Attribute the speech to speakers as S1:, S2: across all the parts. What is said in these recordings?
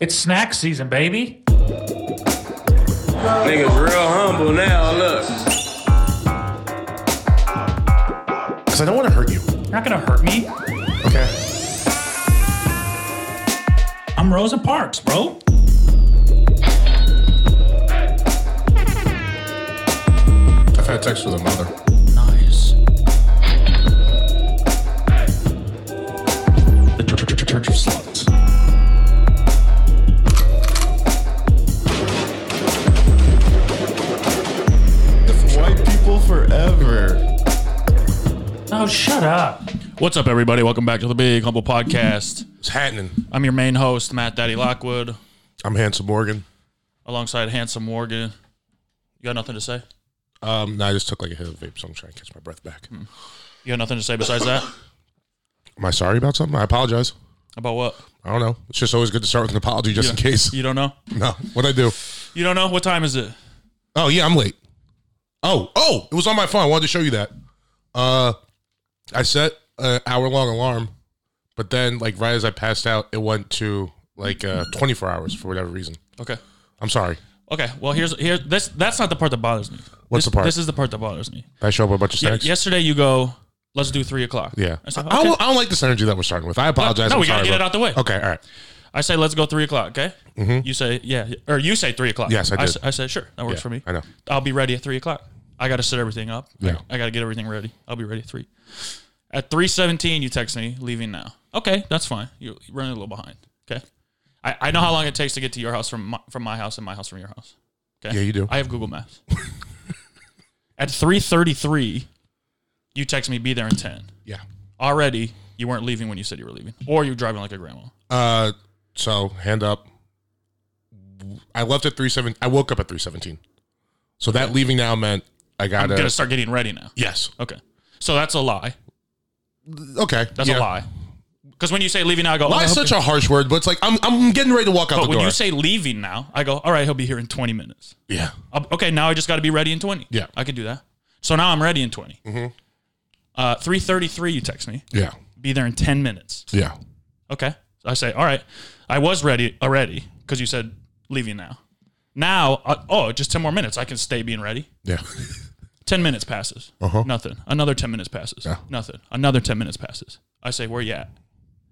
S1: It's snack season, baby.
S2: Niggas real humble now, look.
S3: Because I don't want to hurt you.
S1: You're not gonna hurt me.
S3: Okay.
S1: I'm Rosa Parks, bro.
S3: I've had sex with a mother.
S1: Nice. The Church, church, church, church of Sluts.
S3: White people forever.
S1: Oh, shut up.
S4: What's up, everybody? Welcome back to the Big Humble Podcast.
S3: It's happening.
S4: I'm your main host, Matt Daddy Lockwood,
S3: I'm Handsome Morgan.
S4: alongside Handsome Morgan. You got nothing to say?
S3: Um, no, I just took like a hit of vape, so I'm trying to catch my breath back.
S4: You got nothing to say besides that?
S3: Hmm. Am I sorry about something? I apologize.
S4: About what?
S3: I don't know. It's just always good to start with an apology just in case.
S4: You don't know?
S3: No, what I do?
S4: You don't know? What time is it?
S3: Oh yeah, I'm late. Oh, oh, it was on my phone. I wanted to show you that. Uh, I set an hour long alarm, but then like right as I passed out, it went to like uh 24 hours for whatever reason.
S4: Okay.
S3: I'm sorry.
S4: Okay. Well, here's here. This that's not the part that bothers me.
S3: What's
S4: This-
S3: the part?
S4: This is the part that bothers me.
S3: Did I show up with a bunch of
S4: Yeah,
S3: snacks.
S4: yesterday you go. Let's do three o'clock.
S3: Yeah.
S4: I said,
S3: I,
S4: okay.
S3: don't, I don't like this energy that we're starting with. I apologize.
S4: No,
S3: I'm
S4: we gotta
S3: sorry,
S4: get it
S3: bro.
S4: out the way.
S3: Okay, all right.
S4: I say let's go three o'clock. Okay. You say yeah, or you say three o'clock.
S3: Mm-hmm. Yes, I did.
S4: s- I, said sure. That works
S3: Yeah,
S4: for me.
S3: I know.
S4: I'll be ready at three o'clock. I got to set everything up.
S3: Yeah.
S4: I, got to get everything ready. I'll be ready at three. At three seventeen, you text me leaving now. Okay, that's fine. You're running a little behind. Okay. I, I know how long it takes to get to your house from my, from my house and my house from your house. Okay.
S3: Yeah, you do.
S4: I have Google Maps. at three thirty three, you text me be there in ten.
S3: Yeah.
S4: Already, you weren't leaving when you said you were leaving, or you're driving like a grandma.
S3: Uh, so hand up. I left at three seven. I woke up at three seventeen. So that leaving now meant I
S4: I'm
S3: got
S4: gonna
S3: to.
S4: start getting ready now.
S3: Yes.
S4: Okay. So that's a lie.
S3: Okay.
S4: That's
S3: yeah.
S4: a lie. Because when you say leaving now, I go,
S3: Why
S4: oh,
S3: is
S4: he'll
S3: such a harsh word? But it's like I'm I'm getting ready to walk out
S4: be- but
S3: the
S4: when
S3: door.
S4: you say leaving now, I go, all right, he'll be here in 20 minutes.
S3: yeah.
S4: I'll- okay, now I just got to be ready in 20.
S3: Yeah.
S4: I can do that. So now I'm ready in 20. Uh, 3.33, you text me.
S3: Yeah.
S4: Be there in 10 minutes.
S3: Yeah.
S4: Okay. So I say, all right, I was ready already because you said leaving now. Now, uh, oh, just 10 more minutes. I can stay being ready.
S3: Yeah.
S4: 10 minutes passes.
S3: Uh-huh.
S4: Nothing. Another 10 minutes passes.
S3: Yeah.
S4: Nothing. Another 10 minutes passes. I say, where you at?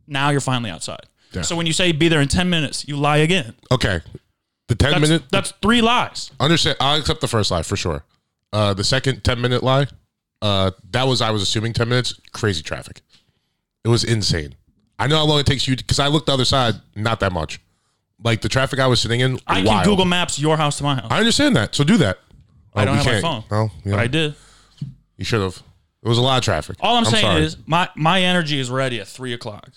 S4: Now you're finally outside.
S3: Yeah.
S4: So when you say be there in 10 minutes, you lie again.
S3: Okay. The ten
S4: That's,
S3: minute.
S4: that's three lies.
S3: Understand? I'll accept the first lie for sure. Uh, the second ten minute lie. Uh, that was I was assuming ten minutes. Crazy traffic. It was insane. I know how long it takes you because I looked the other side. Not that much. Like the traffic I was sitting in.
S4: I
S3: wild.
S4: can Google Maps your house to my house.
S3: I understand that. So do that.
S4: I don't
S3: Oh,
S4: have
S3: we
S4: my phone,
S3: can't. No, yeah.
S4: but I did.
S3: You should have. It was a lot of traffic.
S4: All I'm, saying
S3: sorry.
S4: is my, my energy is ready at three o'clock.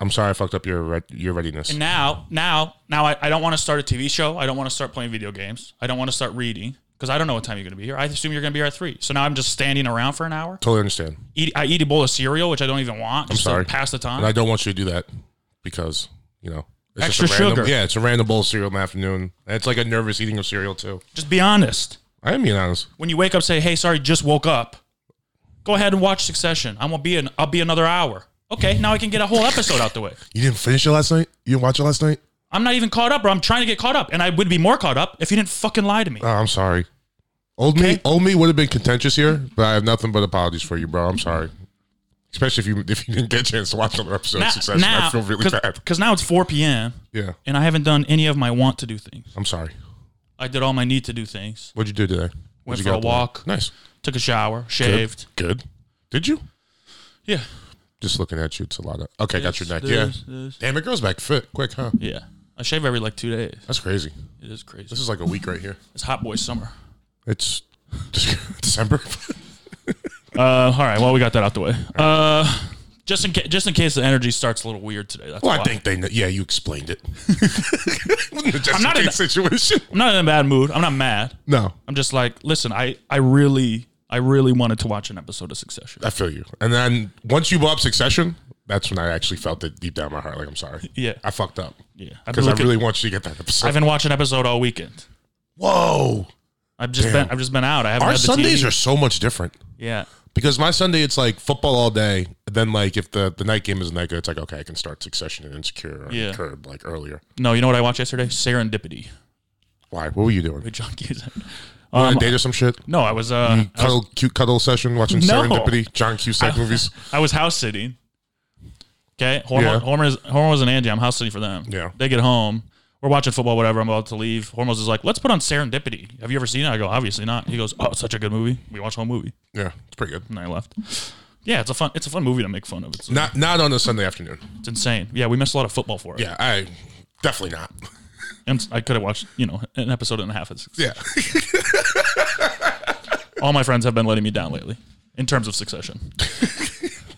S3: I'm sorry. I fucked up your re- your readiness.
S4: And now, now, now I, I don't want to start a TV show. I don't want to start playing video games. I don't want to start reading because I don't know what time you're going to be here. I assume you're going to be here at three. So now I'm just standing around for an hour.
S3: Totally understand.
S4: Eat, I eat a bowl of cereal, which I don't even want. Just
S3: sorry.
S4: to pass the time.
S3: And I don't want you to do that because, you know, it's
S4: Extra
S3: just a random,
S4: sugar.
S3: Yeah, it's a random bowl of cereal in the afternoon. And it's like a nervous eating of cereal, too.
S4: Just be honest.
S3: I am being honest.
S4: When you wake up, say, "Hey, sorry, just woke up." Go ahead and watch Succession. I'm gonna be an. I'll be another hour. Okay, now I can get a whole episode out the way.
S3: You didn't finish it last night? You didn't watch it last night?
S4: I'm not even caught up, or I'm trying to get caught up, and I would be more caught up if you didn't fucking lie to me.
S3: Oh, I'm sorry. Old me,
S4: Okay.
S3: old me would have been contentious here, but I have nothing but apologies for you, bro. I'm sorry, especially if you if you didn't get a chance to watch another episode of Succession. I feel really bad.
S4: because now it's 4 p.m.
S3: Yeah,
S4: and I haven't done any of my want to do things.
S3: I'm sorry.
S4: I did all my need to do things.
S3: What'd you do today? What'd you get
S4: for a
S3: up to?
S4: walk.
S3: Nice.
S4: Took a shower,
S3: Good.
S4: shaved.
S3: Good. Did you?
S4: Yeah.
S3: Just looking at you, it's a lot of. Okay, got your neck.
S4: This,
S3: yeah.
S4: this, this.
S3: Damn, it grows back fit quick, huh?
S4: Yeah. I shave every like two days.
S3: That's crazy.
S4: It is crazy.
S3: This is like a week right here.
S4: It's hot boy summer.
S3: It's December.
S4: Uh, all right. Well, we got that out the way. Uh, just in case, just in case the energy starts a little weird today. That's
S3: well,
S4: why.
S3: I think they. Know. Yeah, you explained it. I'm
S4: not in the-
S3: situation.
S4: I'm not in a bad mood. I'm not mad.
S3: No,
S4: I'm just like, listen, I, I really, I really wanted to watch an episode of Succession.
S3: I feel you. And then once you bought up Succession, that's when I actually felt it deep down in my heart. Like I'm sorry.
S4: Yeah.
S3: I fucked up
S4: Yeah, I've been,
S3: because I
S4: looking,
S3: really want you to get that episode.
S4: I've been watching episode all weekend.
S3: Whoa,
S4: I've just
S3: Damn.
S4: been, I've just been out. I haven't.
S3: our
S4: had the
S3: Sundays
S4: TV.
S3: are so much different
S4: yeah.
S3: Because my Sunday, it's like football all day. Then, like, if the, the night game isn't that good, it's like, okay, I can start Succession and Insecure or
S4: Yeah.
S3: Curb, like, earlier.
S4: No, you know what I watched yesterday? Serendipity
S3: Why? What were you doing?
S4: with John Cusack.
S3: On
S4: Um,
S3: a date or some shit?
S4: no, I was uh, I was,
S3: Cuddle, cute cuddle session, watching
S4: No.
S3: Serendipity, John Cusack movies.
S4: I was house sitting. Okay, Horn,
S3: Yeah.
S4: Hormuz, Hormuz and Angie, I'm house sitting for them.
S3: Yeah.
S4: they get home. We're watching football, whatever. I'm about to leave. Hormuz is like, "Let's put on Serendipity." Have you ever seen it? I go, "Obviously not." He goes, "Oh, it's such a good movie. We watch the whole movie."
S3: Yeah, it's pretty good.
S4: And I left. Yeah, it's a fun. It's a fun movie to make fun of. It's,
S3: Not not on a Sunday afternoon.
S4: it's insane. Yeah, we missed a lot of football for it.
S3: Yeah, I definitely not.
S4: And I could have watched, you know, an episode and a half. It's-
S3: Yeah,
S4: All my friends have been letting me down lately in terms of Succession.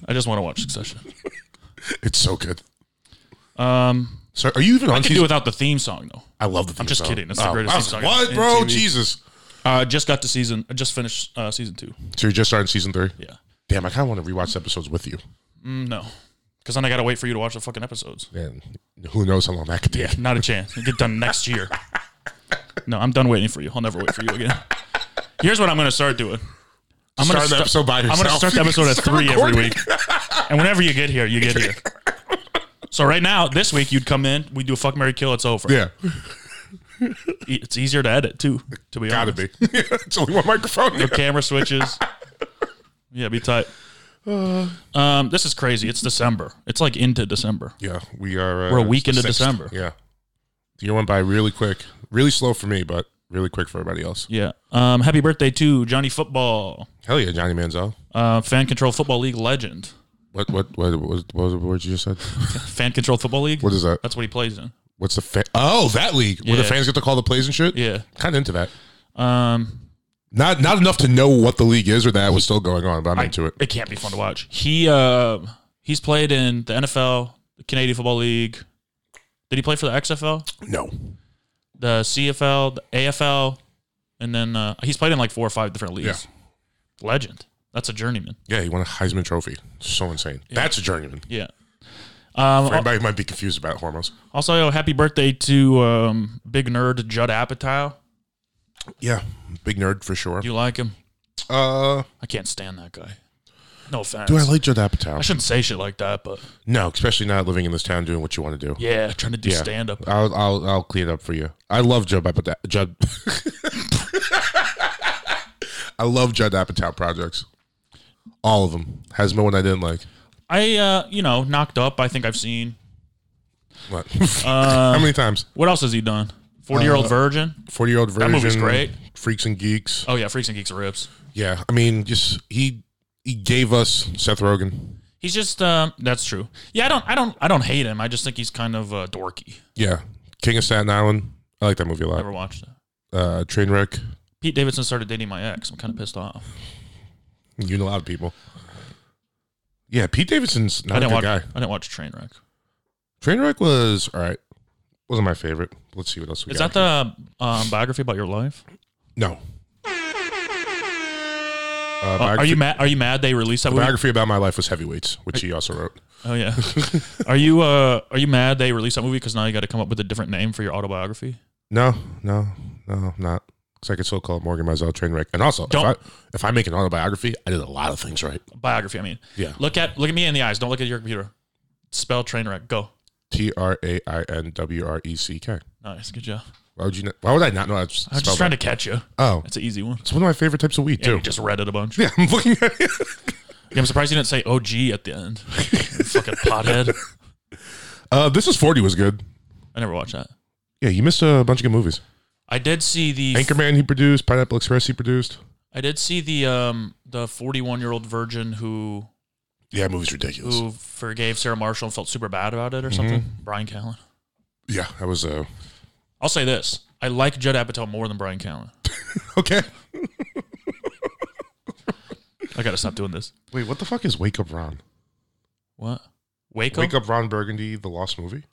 S4: I just want to watch Succession.
S3: it's so good.
S4: Um,
S3: So, are you even on
S4: I can do
S3: season?
S4: without the theme song though.
S3: I love the. Theme I'm
S4: just kidding. It's the greatest theme song
S3: What,
S4: in
S3: bro?
S4: TV.
S3: Jesus.
S4: Uh, just got to season. I just finished uh, season two.
S3: So you're just starting season three?
S4: Yeah.
S3: Damn, I kind of want to rewatch episodes with you.
S4: Mm, no, because then I gotta wait for you to watch the fucking episodes.
S3: And who knows how long that could take?
S4: Not a chance. You get done next year. No, I'm done waiting for you. I'll never wait for you again. Here's what I'm gonna start doing. I'm
S3: Start the episode by
S4: I'm gonna
S3: yourself.
S4: start the episode at
S3: Start
S4: three every
S3: recording.
S4: week, and whenever you get here, you get here. So right now, this week you'd come in, we do a fuck Mary kill, it's over.
S3: Yeah,
S4: E- It's easier to edit too. To be
S3: gotta
S4: honest,
S3: be. it's only one microphone.
S4: Your camera switches. Yeah, be tight. Um, this is crazy. It's December. It's like into December.
S3: Yeah, we are. Uh,
S4: We're a week
S3: it's the
S4: into
S3: sixth.
S4: December.
S3: Yeah, the year went by really quick, really slow for me, but really quick for everybody else.
S4: Yeah. Um, happy birthday to Johnny Football,
S3: Hell yeah, Johnny Manziel.
S4: uh, fan control football league legend.
S3: What what what what, what was the word you just said?
S4: Fan control football league.
S3: What is that?
S4: That's what he plays in.
S3: What's the fa- oh that league where the
S4: Yeah.
S3: fans get to call the plays and shit?
S4: Yeah.
S3: kind of into that.
S4: Um,
S3: Not not enough to know what the league is or that was still going on, but I'm into it.
S4: it can't be fun to watch. He uh, he's played in the NFL, the Canadian Football League. Did he play for the XFL,
S3: No,
S4: the CFL, the AFL, and then uh, he's played in like four or five different leagues. Legend. That's a journeyman.
S3: yeah, he won a Heisman Trophy. So insane. That's a journeyman.
S4: Yeah. Um,
S3: For Everybody might be confused about Hormos.
S4: also, yo, happy birthday to um, big nerd Judd Apatow.
S3: Yeah, big nerd for sure.
S4: Do you like him?
S3: Uh,
S4: I can't stand that guy. No offense.
S3: do I like Judd
S4: I
S3: Apatow?
S4: shouldn't say shit like that, but
S3: No, especially not living in this town doing what you want to do.
S4: yeah, trying to do stand up.
S3: I'll, I'll I'll clean it up for you. I love Judd Apatow. Judd. I love Judd Apatow projects. All of them. Has no one I didn't like.
S4: I, uh, you know, knocked up. I think I've seen.
S3: What? How many times?
S4: What else has he done? Forty year old
S3: Uh,
S4: virgin.
S3: Forty year old version.
S4: movie's great.
S3: Freaks and geeks.
S4: Oh yeah, Freaks and Geeks rips.
S3: Yeah, I mean, just he he gave us Seth Rogen.
S4: He's just. Um, that's true. Yeah, I don't. I don't. I don't hate him. I just think he's kind of uh, dorky.
S3: Yeah, King of Staten Island. I like that movie a
S4: Never
S3: lot.
S4: watched it.
S3: Uh, Trainwreck.
S4: Pete Davidson started dating my ex. I'm kind of pissed off.
S3: You know a lot of people. Yeah, Pete Davidson's
S4: I
S3: not a
S4: didn't
S3: good
S4: watch.
S3: guy.
S4: I didn't watch Trainwreck.
S3: Trainwreck was all right. Wasn't my favorite. Let's see what else we
S4: Is
S3: got.
S4: that the um, biography about your life?
S3: no? Uh,
S4: Uh, are
S3: biography-
S4: you mad? Are you mad they released that
S3: the
S4: movie?
S3: biography about my life was heavyweights, which he also wrote.
S4: Oh yeah. are you uh are you mad they released that movie because now you got to come up with a different name for your autobiography?
S3: No, no, no, I'm not. Because I could still call it Morgan Mazel Trainwreck. And also, if I,
S4: Don't-
S3: if I make an autobiography, I did a lot of things right.
S4: Biography, I mean.
S3: Yeah.
S4: Look at look at me in the eyes. Don't look at your computer. Spell train wreck. Go.
S3: T R A I N W R E C K.
S4: Nice. Good job.
S3: Why would you? Know, why would I not know? I was
S4: I was just trying to catch you.
S3: Oh,
S4: That's an easy one.
S3: it's one of my favorite types of weed
S4: Yeah,
S3: too.
S4: you just read it a bunch.
S3: yeah, I'm looking at it.
S4: Yeah, I'm surprised you didn't say OG at the end. You fucking pothead.
S3: Uh, this is forty was good.
S4: I never watched that.
S3: Yeah, you missed a bunch of good movies.
S4: I did see the
S3: Anchorman he produced, Pineapple Express he produced.
S4: I did see the um the 41 year old virgin who
S3: Yeah, movie's ridiculous.
S4: who forgave Sarah Marshall and felt super bad about
S3: Mm-hmm.
S4: it or something. Brian Callen.
S3: Yeah, that was uh
S4: I'll say this. I like Judd Apatow more than Brian Callen.
S3: okay.
S4: I gotta stop doing this.
S3: Wait, what the fuck is Wake Up Ron?
S4: What? Waco?
S3: Wake Up Ron Burgundy, the lost movie.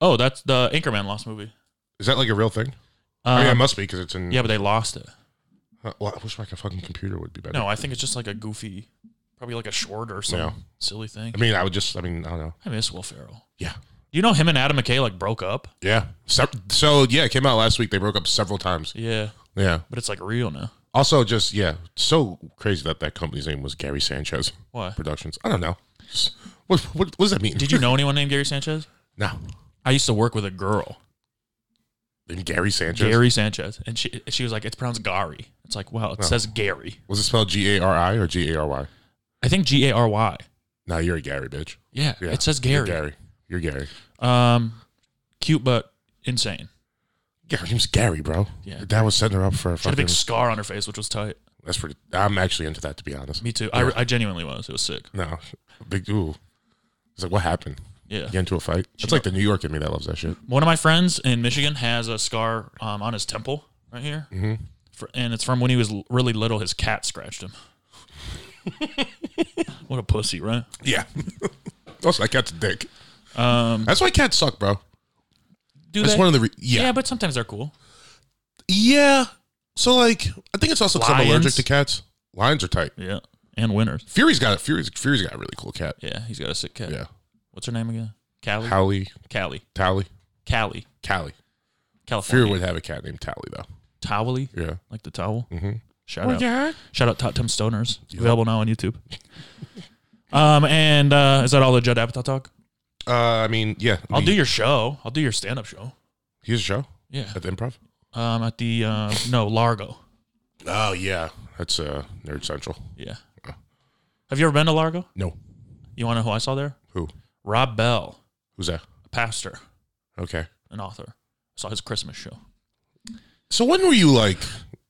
S4: Oh, that's the Anchorman Lost movie.
S3: Is that like a real thing? oh
S4: Um,
S3: yeah,
S4: yeah,
S3: it must be because it's in.
S4: but they lost it.
S3: Uh, well, I wish my fucking computer would be better.
S4: No, I think it's just like a goofy, probably like a short or some
S3: Yeah.
S4: silly thing.
S3: I mean I would just. I mean I don't know.
S4: I miss Will Ferrell.
S3: Yeah.
S4: Do you know him and Adam McKay like broke up?
S3: Yeah. So, so yeah, it came out last week. They broke up several times.
S4: Yeah,
S3: Yeah.
S4: but it's like real now.
S3: Also, just yeah, so crazy that that company's name was Gary Sanchez
S4: Why?
S3: Productions. I don't know. Just- What, what, what does that mean?
S4: Did you know anyone named Gary Sanchez?
S3: No.
S4: I used to work with a girl,
S3: And Gary Sanchez.
S4: Gary Sanchez, and she she was like, "It's pronounced Gary." It's like, wow,
S3: Oh.
S4: it says Gary.
S3: Was it spelled G A R I or G A R Y?
S4: I think G A R Y.
S3: No, you're a Gary bitch.
S4: Yeah,
S3: Yeah,
S4: it says
S3: You're
S4: Gary.
S3: Gary. You're Gary.
S4: Um, cute but insane.
S3: Yeah, her name's Gary, bro.
S4: Yeah.
S3: Your dad was setting her up for a
S4: She had a
S3: fucking.
S4: big scar on her face, which was tight.
S3: That's pretty. I'm actually into that, to be honest.
S4: Me too. I, I genuinely was. It was sick.
S3: No, big ooh. It's like, what happened?
S4: Yeah.
S3: Get into a fight? It's like the New York in me that loves that shit.
S4: One of my friends in Michigan has a scar um, on his temple right here, mm-hmm. and it's from when he was l- really little. His cat scratched him. what a pussy, right?
S3: Yeah. also, that cat's a dick. That's why cats suck, bro.
S4: Do
S3: That's
S4: Um, they?
S3: one of the re-
S4: yeah.
S3: yeah.
S4: but sometimes they're cool.
S3: yeah. So like, I think it's also 'cause I'm allergic
S4: Lions?
S3: to cats. Lions are tight.
S4: Yeah, and winners.
S3: Fury's got a Fury's Fury's got a really cool cat.
S4: Yeah, he's got a sick cat.
S3: Yeah.
S4: What's her name again? Callie.
S3: Tally,
S4: Callie.
S3: Tally,
S4: Callie.
S3: Callie. Fury
S4: California.
S3: would have a cat named Tally though.
S4: Towley.
S3: Yeah.
S4: Like the towel. Mm-hmm. Shout out.
S3: yeah.
S4: Shout out Tot Tim Stoners. Available now on YouTube. um, and uh, is that all the Judd Apatow talk?
S3: Uh, I mean, yeah.
S4: I'll do your show. I'll do your stand up show.
S3: Here's a show
S4: Yeah.
S3: at the Improv.
S4: Um, at the uh, no Largo.
S3: Oh yeah, that's uh Nerd Central.
S4: Yeah. Have you ever been to Largo?
S3: No,
S4: You want to know who I saw there?
S3: who?
S4: Rob Bell,
S3: Who's that?
S4: a pastor,
S3: Okay.
S4: an author. I saw his Christmas show.
S3: So when were you like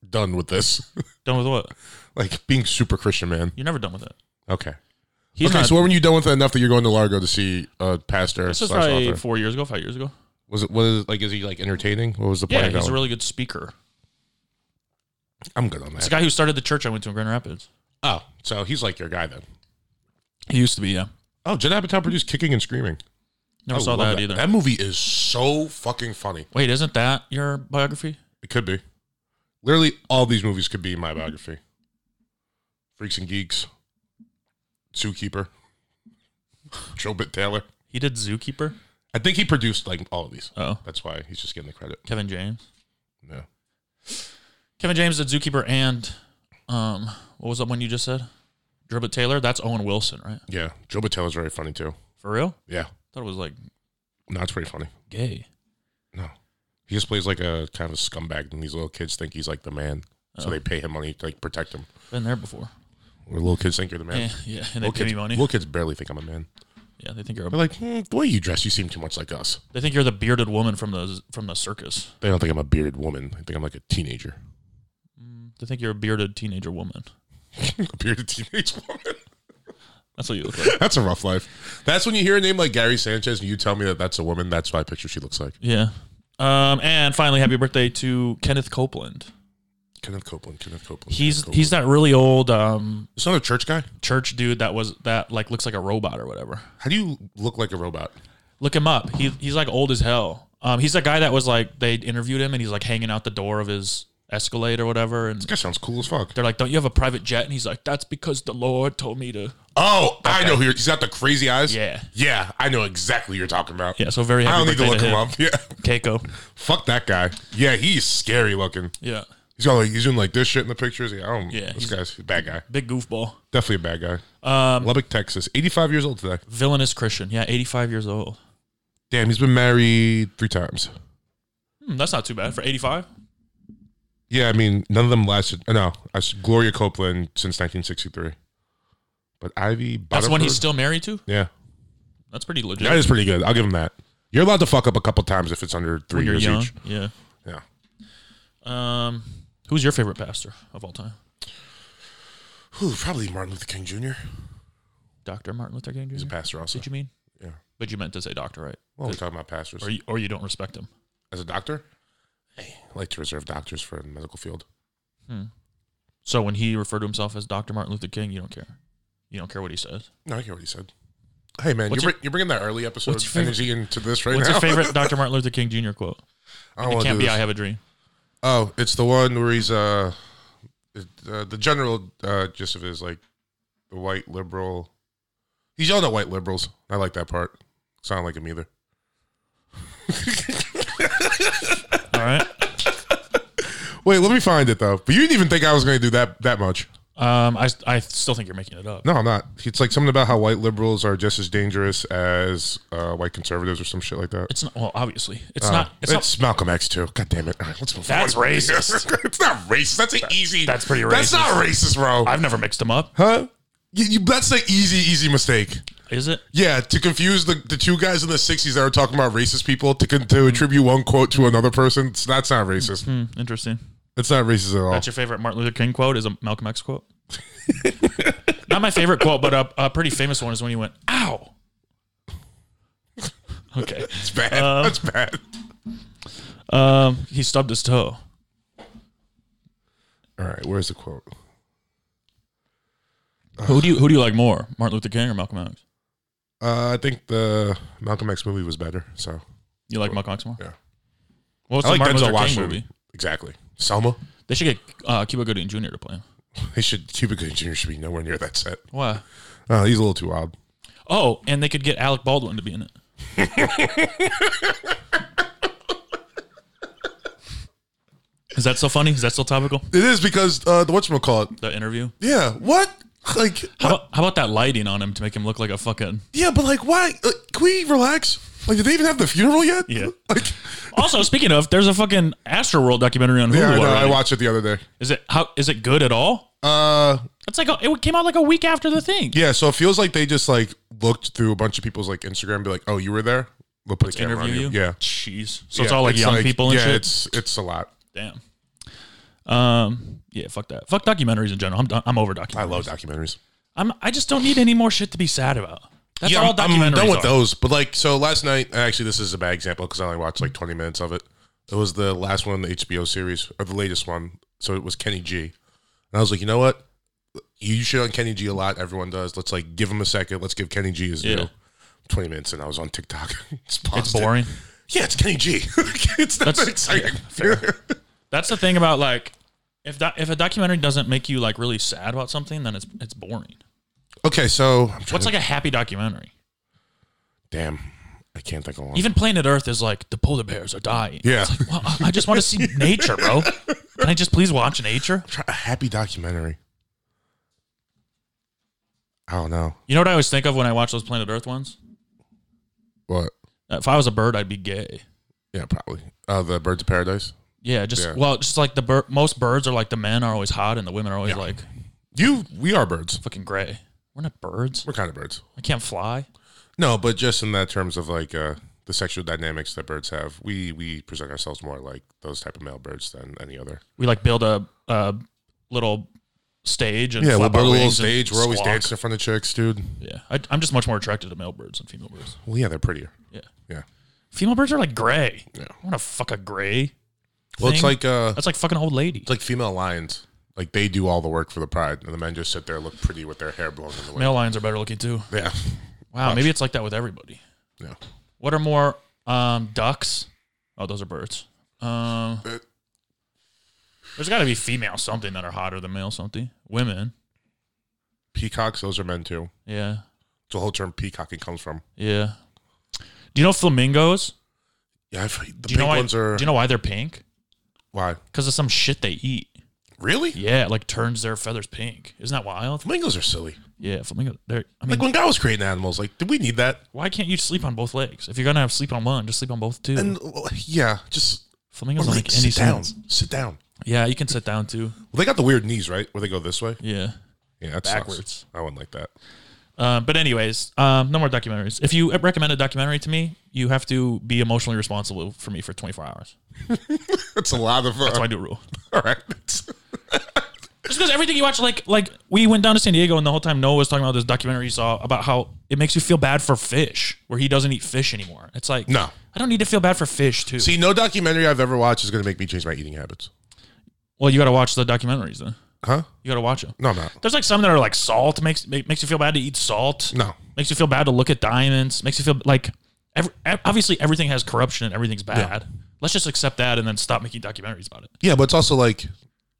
S3: done with this?
S4: Done with what?
S3: like being super Christian, man.
S4: You're never done with it.
S3: Okay.
S4: He's
S3: okay.
S4: not.
S3: so when were you done with it enough that you're going to Largo to see a pastor
S4: this was
S3: slash
S4: probably
S3: author?
S4: four years ago, five years ago.
S3: Was it was like is he like entertaining? What was the
S4: Yeah,
S3: point? of
S4: he's
S3: that
S4: a
S3: one?
S4: really good speaker.
S3: I'm good on
S4: It's
S3: that.
S4: the guy who started the church I went to in Grand Rapids.
S3: oh, so he's like your guy then.
S4: He used to be, yeah.
S3: Oh, Judd Apatow produced Kicking and Screaming.
S4: Never
S3: I
S4: saw
S3: love
S4: that, either.
S3: That movie is so fucking funny.
S4: Wait, isn't that your biography?
S3: It could be. Literally, all these movies could be my biography. Freaks and Geeks, Zookeeper, Chobit Taylor.
S4: He did Zookeeper.
S3: I think he produced like all of these.
S4: Oh,
S3: That's why he's just getting the credit.
S4: Kevin James.
S3: Yeah.
S4: Kevin James did Zookeeper and um, what was that one you just said? Dribbit Taylor. That's Owen Wilson, right?
S3: Yeah. Chobit Taylor's very funny too.
S4: For real?
S3: Yeah.
S4: thought it was like
S3: No, it's pretty funny.
S4: gay.
S3: No. He just plays like a kind of scumbag, and these little kids think he's like the man. So
S4: Oh.
S3: they pay him money to like protect him.
S4: Been there before.
S3: Or little kids think you're the man.
S4: Yeah, yeah. And they
S3: little,
S4: pay
S3: kids,
S4: me money.
S3: little kids barely think I'm a man.
S4: Yeah, they think you're
S3: They're
S4: a,
S3: like, hmm, the way you dress, you seem too much like us.
S4: they think you're the bearded woman from the from the circus.
S3: They don't think I'm a bearded woman. They think I'm like a teenager.
S4: They think you're a bearded teenager woman.
S3: a bearded teenage woman.
S4: That's what you look like.
S3: That's a rough life. That's when you hear a name like Gary Sanchez and you tell me that that's a woman. That's what I picture she looks like.
S4: yeah. Um, and finally, happy birthday to Kenneth Copeland.
S3: Kenneth Copeland. Kenneth Copeland.
S4: He's
S3: Kenneth
S4: he's that really old um,
S3: Copeland. Is not a church guy?
S4: church dude that was that like looks like a robot or whatever.
S3: How do you look like a robot?
S4: Look him up. He, he's like old as hell. Um, he's that guy that was like they interviewed him and he's like hanging out the door of his Escalade or whatever, and
S3: This guy sounds cool as fuck.
S4: they're like, "Don't you have a private jet?" And he's like, "That's because the Lord told me to."
S3: Oh, I know who you're, he's got the crazy eyes.
S4: Yeah.
S3: Yeah, I know exactly who you're talking about.
S4: Yeah, so very happy
S3: I don't need to
S4: birthday
S3: look
S4: to
S3: him
S4: him.
S3: up. Yeah.
S4: Keiko.
S3: Fuck that guy. Yeah, he's scary looking.
S4: Yeah,
S3: He's got like he's doing like this shit in the pictures. Yeah, I don't
S4: Yeah,
S3: this
S4: he's-
S3: guy's a bad guy.
S4: big goofball,
S3: Definitely a bad guy. Um, Lubbock, Texas. 85 years old today.
S4: villainous Christian. Yeah, eighty-five years old.
S3: Damn, he's been married three times.
S4: Hmm, that's not too bad for eighty-five.
S3: Yeah, I mean, none of them lasted. uh, No, I s- Gloria Copeland since 1963. But Ivy Butterford.
S4: That's when he's still married to.
S3: Yeah,
S4: That's pretty legit.
S3: that is pretty good. I'll give him that. You're allowed to fuck up a couple times if it's under three
S4: when you're
S3: years
S4: young.
S3: each.
S4: Yeah.
S3: Yeah.
S4: Um, who's your favorite pastor of all time?
S3: Whew, probably Martin Luther King Jr.
S4: Doctor Martin Luther King
S3: He's
S4: Jr.
S3: a pastor also.
S4: Did you mean?
S3: Yeah.
S4: But you meant to say doctor, right?
S3: Well, we're talking about pastors.
S4: Or you, or you don't respect him.
S3: As a doctor, hey, I like to reserve doctors for the medical field.
S4: So when he referred to himself as Doctor Martin Luther King, you don't care. You don't care what he says.
S3: No, I hear what he said. Hey, man, you're,
S4: What's
S3: bring
S4: your-
S3: you're bringing that early episode
S4: what's your favorite-
S3: energy into this right
S4: What's
S3: now.
S4: your favorite Doctor Martin Luther King Jr. quote?
S3: I don't
S4: It
S3: wanna
S4: can't
S3: do
S4: be
S3: this.
S4: "I have a dream."
S3: Oh, it's the one where he's uh, it- uh the general uh gist of it is like the white liberal. He's yelling at white liberals. I like that part. Sound like him either.
S4: All right.
S3: Wait, let me find it though. But you didn't even think I was going to do that that much.
S4: Um, I, I still think you're making it up.
S3: No, I'm not. It's like something about how white liberals are just as dangerous as uh, white conservatives or some shit like that.
S4: It's not. Well, obviously, it's not. It's,
S3: Uh, It's, Malcolm X too. God damn it! All right, let's move
S4: That's
S3: forward.
S4: racist.
S3: it's not racist. That's an easy.
S4: that's pretty
S3: That's
S4: racist.
S3: not racist, bro.
S4: not. I've never mixed them up.
S3: huh? You, you, that's an easy, easy mistake.
S4: Is it?
S3: Yeah, to confuse the, the two guys in the '60s that were talking about racist people to con-
S4: Hmm.
S3: to attribute one quote to another person. It's, that's not racist.
S4: Interesting.
S3: It's not racist at all.
S4: That's your favorite Martin Luther King quote? Is a Malcolm X quote? Not my favorite quote, but a, a pretty famous one is when he went, "Ow." Okay.
S3: That's bad. that's bad.
S4: Um, he stubbed his toe.
S3: All right, where's the quote?
S4: Who do you who do you like more, Martin Luther King or Malcolm X?
S3: Uh, I think the Malcolm X movie was better. So
S4: You like Malcolm X more?
S3: Yeah.
S4: Well, it's
S3: I like
S4: the Martin
S3: Denzel
S4: Luther King
S3: Washington.
S4: movie.
S3: Exactly. Selma.
S4: They should get uh, Cuba Gooding Jr. to play him.
S3: They should. Cuba Gooding Jr. should be nowhere near that set.
S4: Why?
S3: Uh, he's a little too wild.
S4: Oh, and they could get Alec Baldwin to be in it. Is that still funny? Is that still topical?
S3: It is because uh, the whatchamacallit.
S4: The interview.
S3: Yeah. What? Like.
S4: How about, how about that lighting on him to make him look like a fucking?
S3: Yeah, but like, why? Like, can we relax? Like, did they even have the funeral yet?
S4: Yeah.
S3: Like.
S4: Also, speaking of, there's a fucking Astroworld documentary on Hulu.
S3: Yeah, I, know, I
S4: already.
S3: watched it the other day.
S4: Is it how? Is it good at all?
S3: Uh,
S4: It's like a, it came out like a week after the thing.
S3: yeah. So it feels like they just like looked through a bunch of people's like Instagram, and be like, "Oh, you were there." We'll put a camera on you.
S4: Interview you.
S3: Yeah.
S4: Jeez. So it's
S3: Yeah,
S4: all like young people and
S3: yeah,
S4: shit.
S3: it's it's a lot.
S4: Damn. Um. Yeah. Fuck that. Fuck documentaries in general. I'm done. I'm over documentaries.
S3: I love documentaries.
S4: I'm. I just don't need any more shit to be sad about. That's all
S3: I'm-
S4: documentaries.
S3: I'm done with
S4: are.
S3: those. But like, so last night, actually, this is a bad example because I only watched like 20 minutes of it. It was the last one in the HBO series or the latest one. So it was Kenny G, and I was like, you know what? You shit on Kenny G a lot. Everyone does. Let's like give him a second. Let's give Kenny G his
S4: Yeah.
S3: due. 20 minutes, and I was on TikTok. it's,
S4: It's
S3: paused it.
S4: boring.
S3: Yeah, it's Kenny G. it's not
S4: That's-
S3: that exciting.
S4: yeah, That's the thing about like, if that if a documentary doesn't make you like really sad about something, then it's it's boring.
S3: okay, so I'm trying
S4: What's like a happy documentary?
S3: to, damn, I can't think of one.
S4: Even Planet Earth is like the polar bears are dying.
S3: Yeah.
S4: It's like, well, I- I just want to see nature, bro. Can I just please watch nature?
S3: Try a happy documentary. I don't know
S4: You know what I always think of when I watch those Planet Earth ones? Uh,
S3: what.
S4: If I was a bird, I'd be gay.
S3: Yeah, probably. Uh, the Birds of Paradise.
S4: Yeah, just
S3: Yeah.
S4: well, just like the bir- most birds are like the men are always hot and the women are always like
S3: You, we are birds.
S4: fucking gray. We're not birds.
S3: We're kind of birds.
S4: I can't fly.
S3: No, but just in that terms of like uh, the sexual dynamics that birds have, we we present ourselves more like those type of male birds than any other.
S4: We like build a, a little stage and
S3: Yeah, we're
S4: flap our
S3: a little
S4: wings and
S3: stage. We're always
S4: squawk.
S3: dancing in front of chicks, dude.
S4: Yeah, I, I'm just much more attracted to male birds than female birds.
S3: Well, yeah, they're prettier.
S4: Yeah,
S3: Yeah.
S4: female birds are like gray.
S3: Yeah.
S4: I want to fuck a gray.
S3: Well, it's
S4: thing.
S3: like uh,
S4: That's like fucking old lady.
S3: it's like female lions. Like they do all the work for the pride, and the men just sit there look pretty with their hair blown in the wind.
S4: Male lions are better looking too.
S3: Yeah,
S4: Wow, maybe it's like that with everybody.
S3: yeah.
S4: What are more um, ducks? Oh, those are birds. Um,
S3: Uh.
S4: there's got to be female something that are hotter than male something. Women,
S3: Peacocks, those are men too.
S4: yeah,
S3: It's the whole term peacocking comes from.
S4: yeah. Do you know flamingos?
S3: Yeah, I've, the
S4: Do you
S3: pink
S4: know why?
S3: ones are.
S4: Do you know why they're pink?
S3: why?
S4: Because of some shit they eat.
S3: Really?
S4: Yeah, it, like turns their feathers pink. Isn't that wild?
S3: Flamingos are silly.
S4: Yeah, flamingo. They're, I mean,
S3: Like when God was creating animals, like did we need that?
S4: why can't you sleep on both legs? If you're gonna have sleep on one, just sleep on both too.
S3: And well, yeah, just
S4: flamingos don't
S3: like,
S4: make any
S3: sit down,
S4: sense.
S3: sit down.
S4: Yeah, you can sit down too.
S3: Well, they got the weird knees, right? Where they go this way.
S4: Yeah.
S3: Yeah, that
S4: Backwards.
S3: Sucks. I wouldn't like that.
S4: Uh, but anyways, um, no more documentaries. If you recommend a documentary to me, you have to be emotionally responsible for me for 24 hours.
S3: That's a lot of. Uh,
S4: That's my new rule.
S3: all right. That's-
S4: Just because everything you watch, like like we went down to San Diego and the whole time Noah was talking about this documentary he saw about how it makes you feel bad for fish, where he doesn't eat fish anymore. It's like
S3: No.
S4: I don't need to feel bad for fish too.
S3: See, no documentary I've ever watched is going to make me change my eating habits.
S4: well, you got to watch the documentaries then.
S3: Huh?
S4: You got to watch them.
S3: No, I'm not.
S4: There's like some that are like salt makes make, makes you feel bad to eat salt.
S3: No.
S4: makes you feel bad to look at diamonds. Makes you feel like every, ev- obviously everything has corruption and everything's bad. Let's just accept that and then stop making documentaries about it.
S3: Yeah, but it's also like,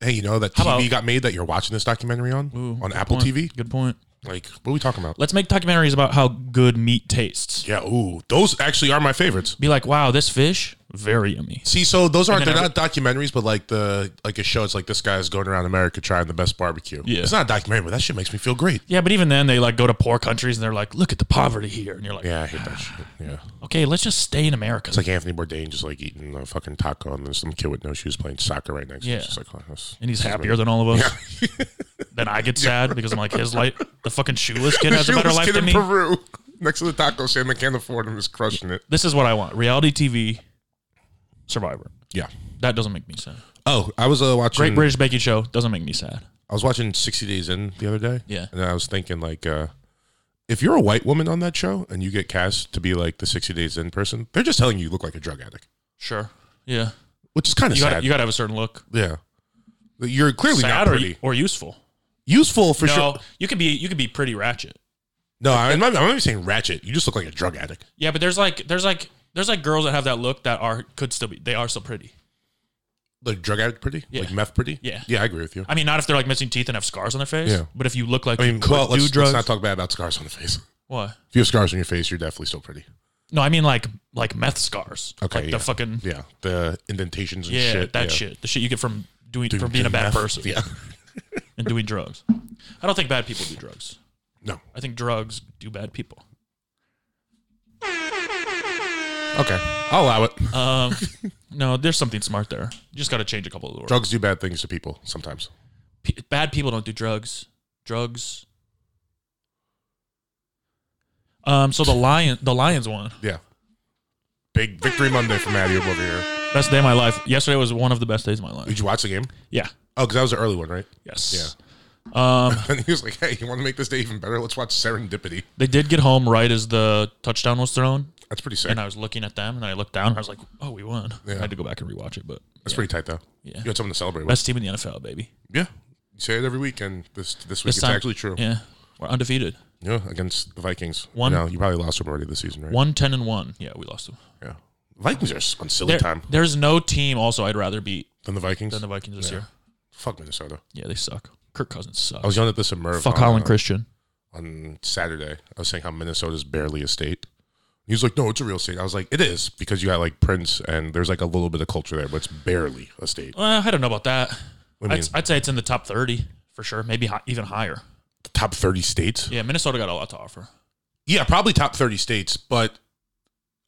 S3: hey, you know that TV
S4: about-
S3: got made that you're watching this documentary on on Apple TV.
S4: Good point.
S3: Like, what are we talking about?
S4: Let's make documentaries about how good meat tastes.
S3: Yeah, ooh, those actually are my favorites.
S4: Be like, wow, this fish very yummy.
S3: See, so those aren't
S4: then
S3: they're not documentaries, but like the like a show. It's like this guy's going around America trying the best barbecue.
S4: Yeah.
S3: it's not a documentary, but that shit makes me feel great.
S4: Yeah, but even then, they like go to poor countries and they're like, look at the poverty here, and you're like,
S3: Yeah, I hate that shit. Yeah,
S4: okay, let's just stay in America.
S3: it's like Anthony Bourdain just like eating a fucking taco, and then some kid with no shoes playing soccer right next. to him.
S4: Yeah.
S3: It's just like, oh, that's-
S4: and he's happier than all of us. then I get sad because I'm like, his life, the fucking shoeless kid has a
S3: Shoeless
S4: better life
S3: kid
S4: than
S3: in
S4: me.
S3: Peru next to the taco stand that can't afford him is crushing it.
S4: This is what I want: reality TV, Survivor.
S3: Yeah.
S4: That doesn't make me sad.
S3: Oh, I was uh, watching.
S4: Great British Baking Show doesn't make me sad.
S3: I was watching 60 Days In the other day.
S4: Yeah.
S3: And I was thinking, like, uh, if you're a white woman on that show and you get cast to be like the 60 Days In person, they're just telling you you look like a drug addict,
S4: Sure. Yeah.
S3: which is kind of
S4: You gotta,
S3: sad.
S4: you gotta have a certain look.
S3: yeah. But You're clearly
S4: Sad
S3: not
S4: or,
S3: pretty.
S4: or useful.
S3: Useful for
S4: no,
S3: sure.
S4: you could be you could be pretty ratchet.
S3: No, I'm not, I'm not even saying ratchet. You just look like a drug addict.
S4: Yeah, but there's like there's like there's like girls that have that look that are could still be they are still pretty.
S3: Like drug addict pretty?
S4: Yeah.
S3: Like meth pretty?
S4: Yeah.
S3: Yeah, I agree with you.
S4: I mean, not if they're like missing teeth and have scars on their face.
S3: Yeah.
S4: But if you look like
S3: I mean,
S4: you
S3: well,
S4: do
S3: let's,
S4: drugs,
S3: let's not talk bad about scars on the face.
S4: what?
S3: If you have scars on your face, you're definitely still pretty.
S4: No, I mean like like meth scars.
S3: Okay,
S4: Like
S3: yeah.
S4: the fucking yeah,
S3: Yeah. The indentations and shit.
S4: that
S3: yeah.
S4: shit, the shit you get from doing
S3: Dude,
S4: from being a bad
S3: meth.
S4: person
S3: Yeah.
S4: and doing drugs. I don't think bad people do drugs.
S3: No.
S4: I think drugs do bad people.
S3: Okay. I'll allow it.
S4: Um, no, there's something smart there. You just got to change a couple of the words.
S3: Drugs do bad things to people sometimes.
S4: P- bad people don't do drugs. Drugs. Um, so the lion, the lions won.
S3: Yeah. Big victory Monday for Maddie over here.
S4: Best day of my life. Yesterday was one of the best days of my life.
S3: Did you watch the game?
S4: Yeah.
S3: Oh, because that was an early one, right?
S4: Yes. Yeah. Um,
S3: And he was like, "Hey, you want to make this day even better? Let's watch Serendipity."
S4: they did get home right as the touchdown was thrown,
S3: That's pretty sick.
S4: and I was looking at them, and I looked down, and I was like, "Oh, we won."
S3: Yeah.
S4: I had to go back and rewatch it, but
S3: That's pretty tight though.
S4: Yeah.
S3: You had something to celebrate with.
S4: best team in the NFL, baby.
S3: yeah. You say it every week, and this this week
S4: This
S3: it's
S4: time-
S3: actually true. Yeah.
S4: Yeah, we're undefeated.
S3: against the Vikings.
S4: One-
S3: No, you probably lost them already this season, right?
S4: One ten and one. Yeah, we lost them.
S3: Yeah. Vikings are s- on silly
S4: There-
S3: time
S4: there's no team. Also, I'd rather beat
S3: than the Vikings.
S4: than the Vikings this year.
S3: Fuck Minnesota.
S4: Yeah, they suck. Kirk Cousins sucks.
S3: I was yelling at this at Merv.
S4: Fuck
S3: on,
S4: Holland
S3: uh,
S4: Christian.
S3: on Saturday. I was saying how Minnesota's barely a state. He was like, "No, it's a real state." I was like, "It is because you got like Prince and there's like a little bit of culture there, but it's barely a state."
S4: Uh, I don't know about that.
S3: What do you
S4: I'd, I'd say it's in the top thirty for sure. Maybe hi- even higher.
S3: The top thirty states?
S4: Yeah, Minnesota got a lot to offer.
S3: Yeah, probably top thirty states, but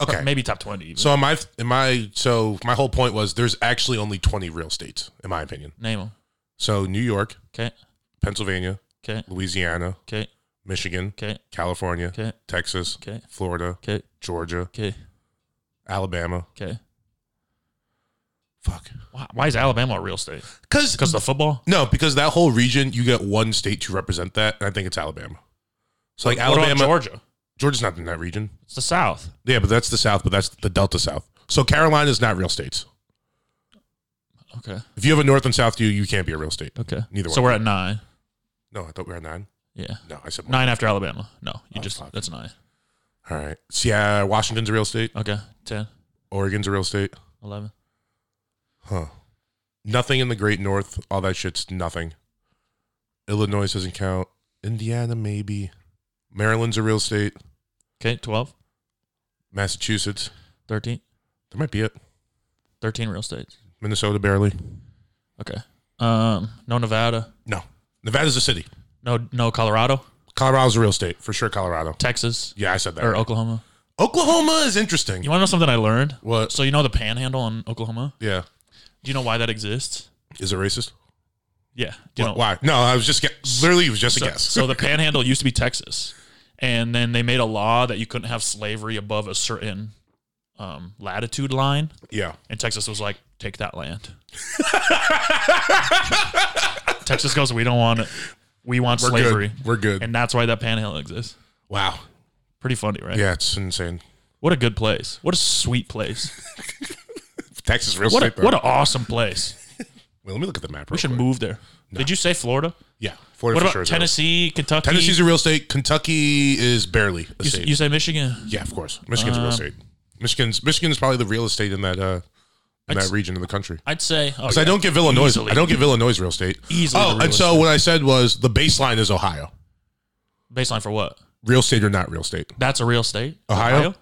S3: okay.
S4: Maybe top twenty. Even.
S3: So am I? Am I? So my whole point was there's actually only twenty real states, in my opinion.
S4: Name them.
S3: So New York,
S4: Okay.
S3: Pennsylvania,
S4: Okay.
S3: Louisiana,
S4: Okay.
S3: Michigan,
S4: Okay.
S3: California,
S4: Okay.
S3: Texas,
S4: Okay.
S3: Florida,
S4: Okay.
S3: Georgia,
S4: Okay.
S3: Alabama.
S4: Okay.
S3: Fuck.
S4: Why, why is Alabama a real state?
S3: Because
S4: Because of the football.
S3: No, because that whole region, you get one state to represent that, and I think it's Alabama. So like
S4: What about
S3: Alabama,
S4: Georgia.
S3: Georgia's not in that region.
S4: It's the South.
S3: Yeah, but that's the South, but that's the Delta South. So Carolina's not real states.
S4: Okay.
S3: If you have a North and South to you, you can't be a real state.
S4: Okay.
S3: Neither
S4: So
S3: one.
S4: we're at nine.
S3: No, I thought we were nine.
S4: Yeah.
S3: No, I said one.
S4: Nine after Alabama. No, you
S3: Oh,
S4: just
S3: fuck.
S4: that's nine.
S3: All right. So yeah, Washington's a real state.
S4: Okay. Ten.
S3: Oregon's a real state.
S4: Eleven.
S3: Huh. Nothing in the Great North. All that shit's nothing. Illinois doesn't count. Indiana maybe. Maryland's a real state.
S4: Okay. Twelve.
S3: Massachusetts.
S4: Thirteen.
S3: That might be it.
S4: Thirteen real states.
S3: Minnesota barely.
S4: Okay. Um. No Nevada.
S3: No. Nevada's a city.
S4: No. No Colorado.
S3: Colorado's a real state for sure. Colorado.
S4: Texas.
S3: Yeah, I said that.
S4: Or
S3: right.
S4: Oklahoma.
S3: Oklahoma is interesting.
S4: You want to know something I learned?
S3: What?
S4: So you know the Panhandle in Oklahoma?
S3: Yeah,
S4: Do you know why that exists?
S3: is it racist?
S4: Yeah. Do you know
S3: Why? No, I was just ge- literally it was just a
S4: So,
S3: guess.
S4: so the Panhandle used to be Texas, and then they made a law that you couldn't have slavery above a certain um, latitude line,
S3: yeah,
S4: and Texas was like, "Take that land." Texas goes, "We don't want it. We want
S3: we're
S4: slavery,"
S3: good. We're good.
S4: and that's why that Panhandle exists.
S3: wow.
S4: Pretty funny, right?
S3: Yeah, it's insane.
S4: What a good place. What a sweet place.
S3: Texas real
S4: What
S3: estate.
S4: a, what an awesome place.
S3: Wait, let me look at the map.
S4: We should move there. Did you say Florida?
S3: Yeah, Florida
S4: What
S3: for
S4: about
S3: sure is a real-
S4: Tennessee, Kentucky?
S3: Tennessee's a real state. Kentucky is barely a
S4: You,
S3: state.
S4: you Uh, say Michigan?
S3: yeah, of course. Michigan's a real state. Michigan's Michigan's probably the real estate in that uh in that
S4: s-
S3: region of the country.
S4: I'd say. Oh,
S3: Because I
S4: yeah.
S3: don't give Illinois.
S4: Easily.
S3: I don't give Illinois real estate.
S4: Easily
S3: Oh,
S4: the real
S3: and so what I said was the baseline is Ohio.
S4: Baseline for what?
S3: Real state or not real state?
S4: That's a real state.
S3: Ohio?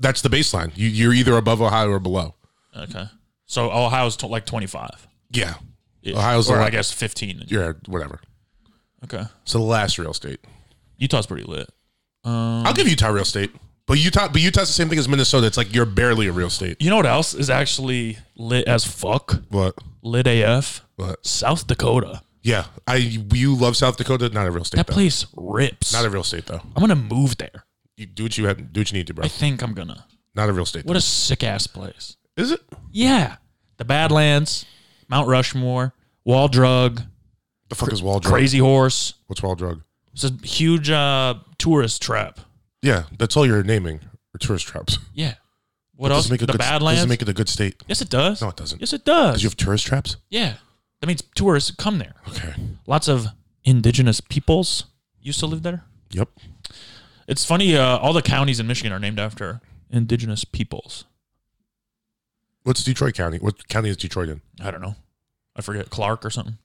S3: That's the baseline. You, you're either above Ohio or below.
S4: Okay. So Ohio's t- like 25.
S3: Yeah.
S4: Yeah.
S3: Ohio's
S4: or
S3: the
S4: I
S3: la-
S4: guess 15.
S3: Yeah, whatever.
S4: Okay.
S3: So the last real state.
S4: Utah's pretty lit. Um,
S3: I'll give Utah real state. But Utah, but Utah's the same thing as Minnesota. It's like you're barely a real state.
S4: You know what else is actually lit as fuck?
S3: What?
S4: Lit AF.
S3: What?
S4: South Dakota.
S3: Yeah, I you love South Dakota. Not a real state.
S4: That
S3: though.
S4: place rips.
S3: Not a real state though.
S4: I'm gonna move there.
S3: You do what you have. Do what you need to, bro.
S4: I think I'm gonna.
S3: Not a real state.
S4: What a sick ass place.
S3: Is it?
S4: Yeah. The Badlands, Mount Rushmore, Wall Drug,
S3: The fuck is wall drug?
S4: Crazy Horse.
S3: What's wall drug?
S4: It's a huge uh, tourist trap.
S3: Yeah, that's all you're naming. Or tourist traps.
S4: Yeah. What else?
S3: Doesn't make a
S4: The
S3: good,
S4: Badlands.
S3: Doesn't make it a good state.
S4: yes, it does.
S3: No, it doesn't.
S4: Yes, it
S3: Because
S4: does.
S3: you have tourist traps.
S4: yeah. That means tourists come there.
S3: Okay.
S4: Lots of indigenous peoples used to live there.
S3: Yep.
S4: It's funny. Uh, all the counties in Michigan are named after indigenous peoples.
S3: What's Detroit County? What county is Detroit in?
S4: I don't know. I forget Clark or something.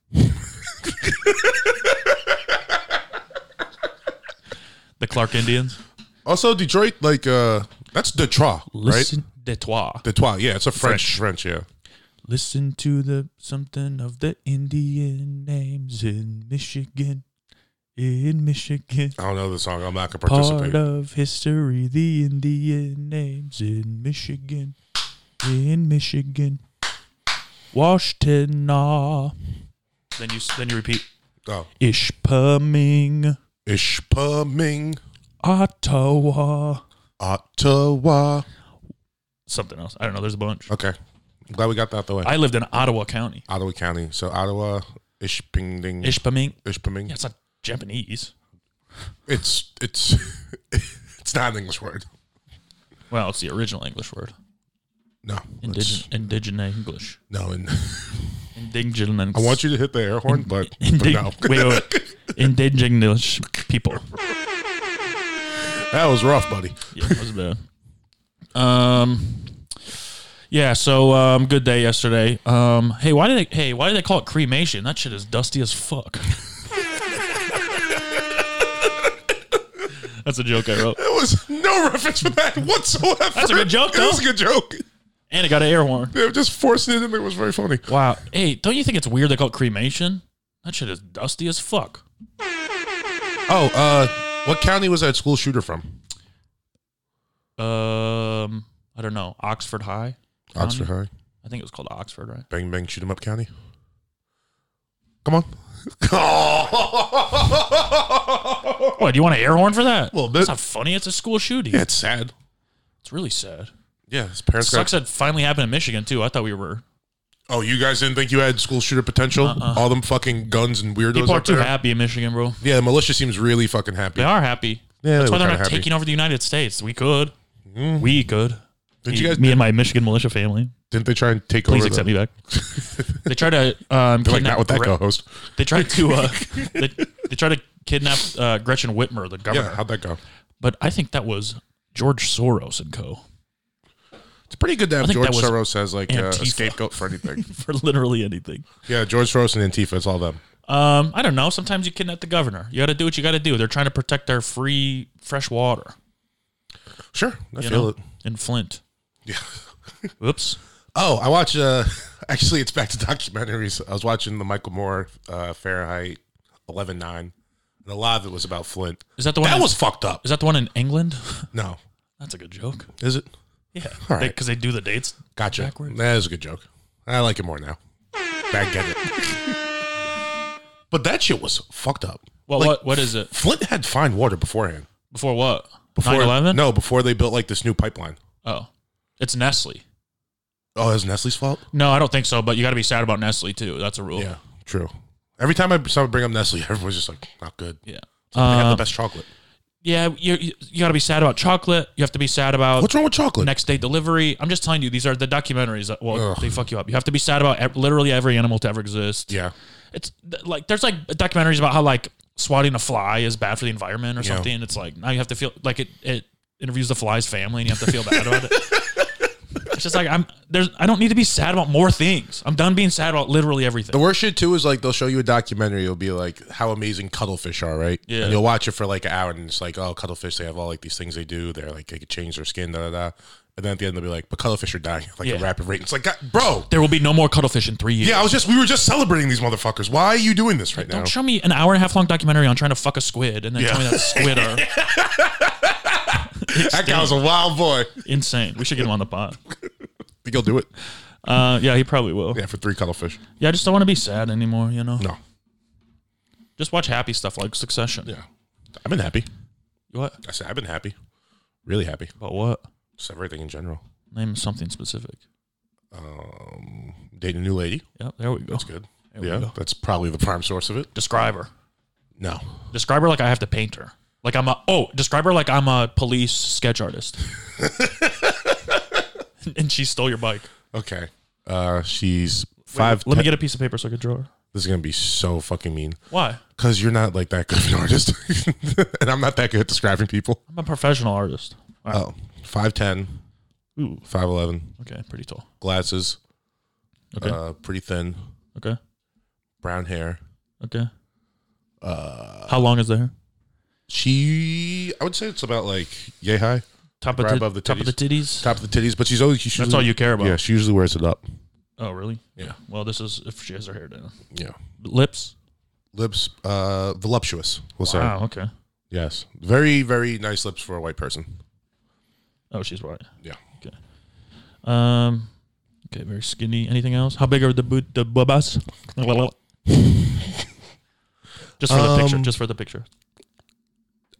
S4: the Clark Indians.
S3: Also, Detroit, like uh, that's Detroit, right?
S4: Listen de toi.
S3: Detroit. Yeah, it's a French. French. yeah.
S4: Listen to the something of the Indian names in Michigan. In Michigan.
S3: I don't know the song. I'm not gonna
S4: Part
S3: participate.
S4: of history, the Indian names in Michigan. In Michigan. Washtenaw. Then you then you repeat
S3: oh,
S4: Ishpeming,
S3: Ishpeming,
S4: Ottawa.
S3: Ottawa.
S4: Something else. I don't know. There's a bunch.
S3: Okay. I'm glad we got that out the way.
S4: I lived in Ottawa County.
S3: Ottawa County. So Ottawa, Ishpeming,
S4: Ishpeming.
S3: Ishpeming.
S4: Yeah, it's not Japanese.
S3: It's it's it's not an English word.
S4: Well, it's the original English word.
S3: No, it's-
S4: Indigenous, indigenous English.
S3: No, and
S4: Indigenous.
S3: I want you to hit the air horn, but, but
S4: Indig-
S3: no,
S4: wait, wait, wait. Indigenous people.
S3: that was rough, buddy.
S4: Yeah, that was bad. Um, yeah. So, um, good day yesterday. Um, hey, why did they? Hey, why did they call it cremation? That shit is dusty as fuck. That's a joke I wrote.
S3: There was no reference for that whatsoever.
S4: That's a good joke,
S3: It was a
S4: though.
S3: good joke.
S4: And it got an air horn.
S3: They were just forcing it in there. It was very funny.
S4: Wow. Hey, don't you think it's weird they call it cremation? That shit is dusty as fuck.
S3: Oh, uh, what county was that school shooter from?
S4: Um, I don't know. Oxford High.
S3: Oxford High.
S4: I think it was called Oxford, right?
S3: Bang bang, shoot 'em up, county. Come on. Oh.
S4: What? Do you want an air horn for that?
S3: Little bit.
S4: that's not funny. It's a school shooting.
S3: Yeah, it's sad.
S4: It's really sad.
S3: Yeah, his parents got
S4: Sucks that finally happened in Michigan too. I thought we were
S3: Oh, you guys didn't think you had school shooter potential? All them fucking guns and weirdos
S4: people are
S3: up
S4: too
S3: there.
S4: happy in Michigan, bro.
S3: Yeah, the militia seems really fucking happy.
S4: They are happy.
S3: Yeah, they
S4: that's why
S3: were
S4: they're
S3: kinda
S4: not
S3: happy.
S4: taking over the United States. We could. We could.
S3: Did you guys
S4: me and my Michigan militia family.
S3: didn't they try and take
S4: Please
S3: over?
S4: accept
S3: the,
S4: me back. they try to um,
S3: They're like not
S4: kidnap
S3: with that
S4: Gre-
S3: co-host.
S4: They tried to uh, they, they tried to kidnap uh, Gretchen Whitmer, the governor.
S3: Yeah, how'd that go?
S4: But I think that was George Soros and Co.
S3: It's pretty good to have
S4: think
S3: George
S4: that was
S3: Soros as like uh, a
S4: Antifa.
S3: scapegoat for anything.
S4: for literally anything.
S3: yeah, George Soros and Antifa, it's all them.
S4: Um, I don't know. Sometimes you kidnap the governor. You got to do what you got to do. They're trying to protect their free fresh water.
S3: Sure, I
S4: You
S3: feel
S4: know,
S3: it.
S4: in Flint.
S3: Yeah.
S4: Whoops.
S3: Oh, I watched. Uh, actually, it's back to documentaries. I was watching the Michael Moore uh, Fahrenheit 11.9, and a lot of it was about Flint.
S4: Is that the one?
S3: that
S4: in-
S3: was fucked up.
S4: Is that the one in England?
S3: No,
S4: That's a good joke.
S3: is it?
S4: Yeah,
S3: All right.
S4: because they do the dates.
S3: Gotcha.
S4: Backwards.
S3: That is a good joke. I like it more now. I get it. but that shit was fucked up.
S4: Well,
S3: Like,
S4: what what is it
S3: Flint had fine water beforehand.
S4: before what?
S3: Before
S4: 9/11?
S3: No, before they built like this new pipeline.
S4: Oh, it's Nestle.
S3: Oh, that's Nestle's fault.
S4: No, I don't think so. But you got to be sad about Nestle too. That's a rule.
S3: Yeah, true. Every time I someone bring up Nestle, everyone's just like, not good.
S4: Yeah.
S3: They have the
S4: Um,
S3: best chocolate.
S4: yeah, you you, you got to be sad about chocolate. You have to be sad about
S3: What's wrong with chocolate?
S4: next day delivery. I'm just telling you, these are the documentaries that well,
S3: Ugh.
S4: they fuck you up. You have to be sad about ev- literally every animal to ever exist.
S3: yeah,
S4: it's th- like there's like documentaries about how like swatting a fly is bad for the environment or
S3: Yeah.
S4: something. It's like now you have to feel like it it interviews the fly's family and you have to feel bad about it. It's just like I'm there's I don't need to be sad about more things. I'm done being sad about literally everything.
S3: The worst shit too is like they'll show you a documentary. It'll be like how amazing cuttlefish are, right?
S4: Yeah.
S3: And you'll watch it for like an hour, and it's like, oh, cuttlefish. They have all like these things they do. They're like they could change their skin, da da da. And then at the end they'll be like, but cuttlefish are dying at like
S4: Yeah.
S3: a rapid rate. It's like, God, bro.
S4: there will be no more cuttlefish in three years.
S3: Yeah, I was just we were just celebrating these motherfuckers. Why are you doing this right now?
S4: Don't show me an hour and a half long documentary on trying to fuck a squid and then
S3: Yeah.
S4: tell me that squid are
S3: that guy was a wild boy.
S4: insane. We should get him on the pod.
S3: Think he'll do it?
S4: Uh, yeah, he probably will. Yeah.
S3: Yeah, for three cuttlefish.
S4: I just don't want to be sad anymore. You know,
S3: No.
S4: just watch happy stuff like Succession.
S3: Yeah, I've been happy.
S4: What
S3: I said I've been happy, really happy.
S4: about what?
S3: Just everything in general.
S4: Name something specific.
S3: Um, dating a new lady.
S4: Yep, there we go.
S3: That's good.
S4: we
S3: Yeah,
S4: go.
S3: that's probably the prime source of it.
S4: Describe her.
S3: No.
S4: Describe her like I have to paint her. Like I'm a oh, describe her like I'm a police sketch artist. and she stole your bike.
S3: Okay. Uh, she's five.
S4: Let me get a piece of paper so I can draw her.
S3: This is gonna be so fucking mean
S4: Why?
S3: because you're not like that good of an artist, and I'm not that good at describing people.
S4: I'm a professional artist. All right.
S3: Oh, 5'10",
S4: Ooh.
S3: 5'11",
S4: Okay, pretty tall.
S3: glasses,
S4: Okay.
S3: uh, pretty thin,
S4: Okay.
S3: brown hair.
S4: Okay.
S3: Uh,
S4: How long is the hair?
S3: She, I would say it's about like yay high,
S4: Top
S3: right
S4: of the,
S3: above the
S4: top of the titties.
S3: top of the titties, but she's always she's
S4: That's all you care about.
S3: Yeah, she usually wears it up.
S4: Oh, really?
S3: Yeah.
S4: Well, this is if she has her hair down.
S3: Yeah,
S4: Lips.
S3: lips, uh, voluptuous. We'll say
S4: Wow. Okay.
S3: yes, very very nice lips for a white person.
S4: Oh, she's white.
S3: Yeah.
S4: Um. Okay. Very skinny. Anything else? How big are the boot the babas? just for the picture.
S3: Um,
S4: Just for the picture.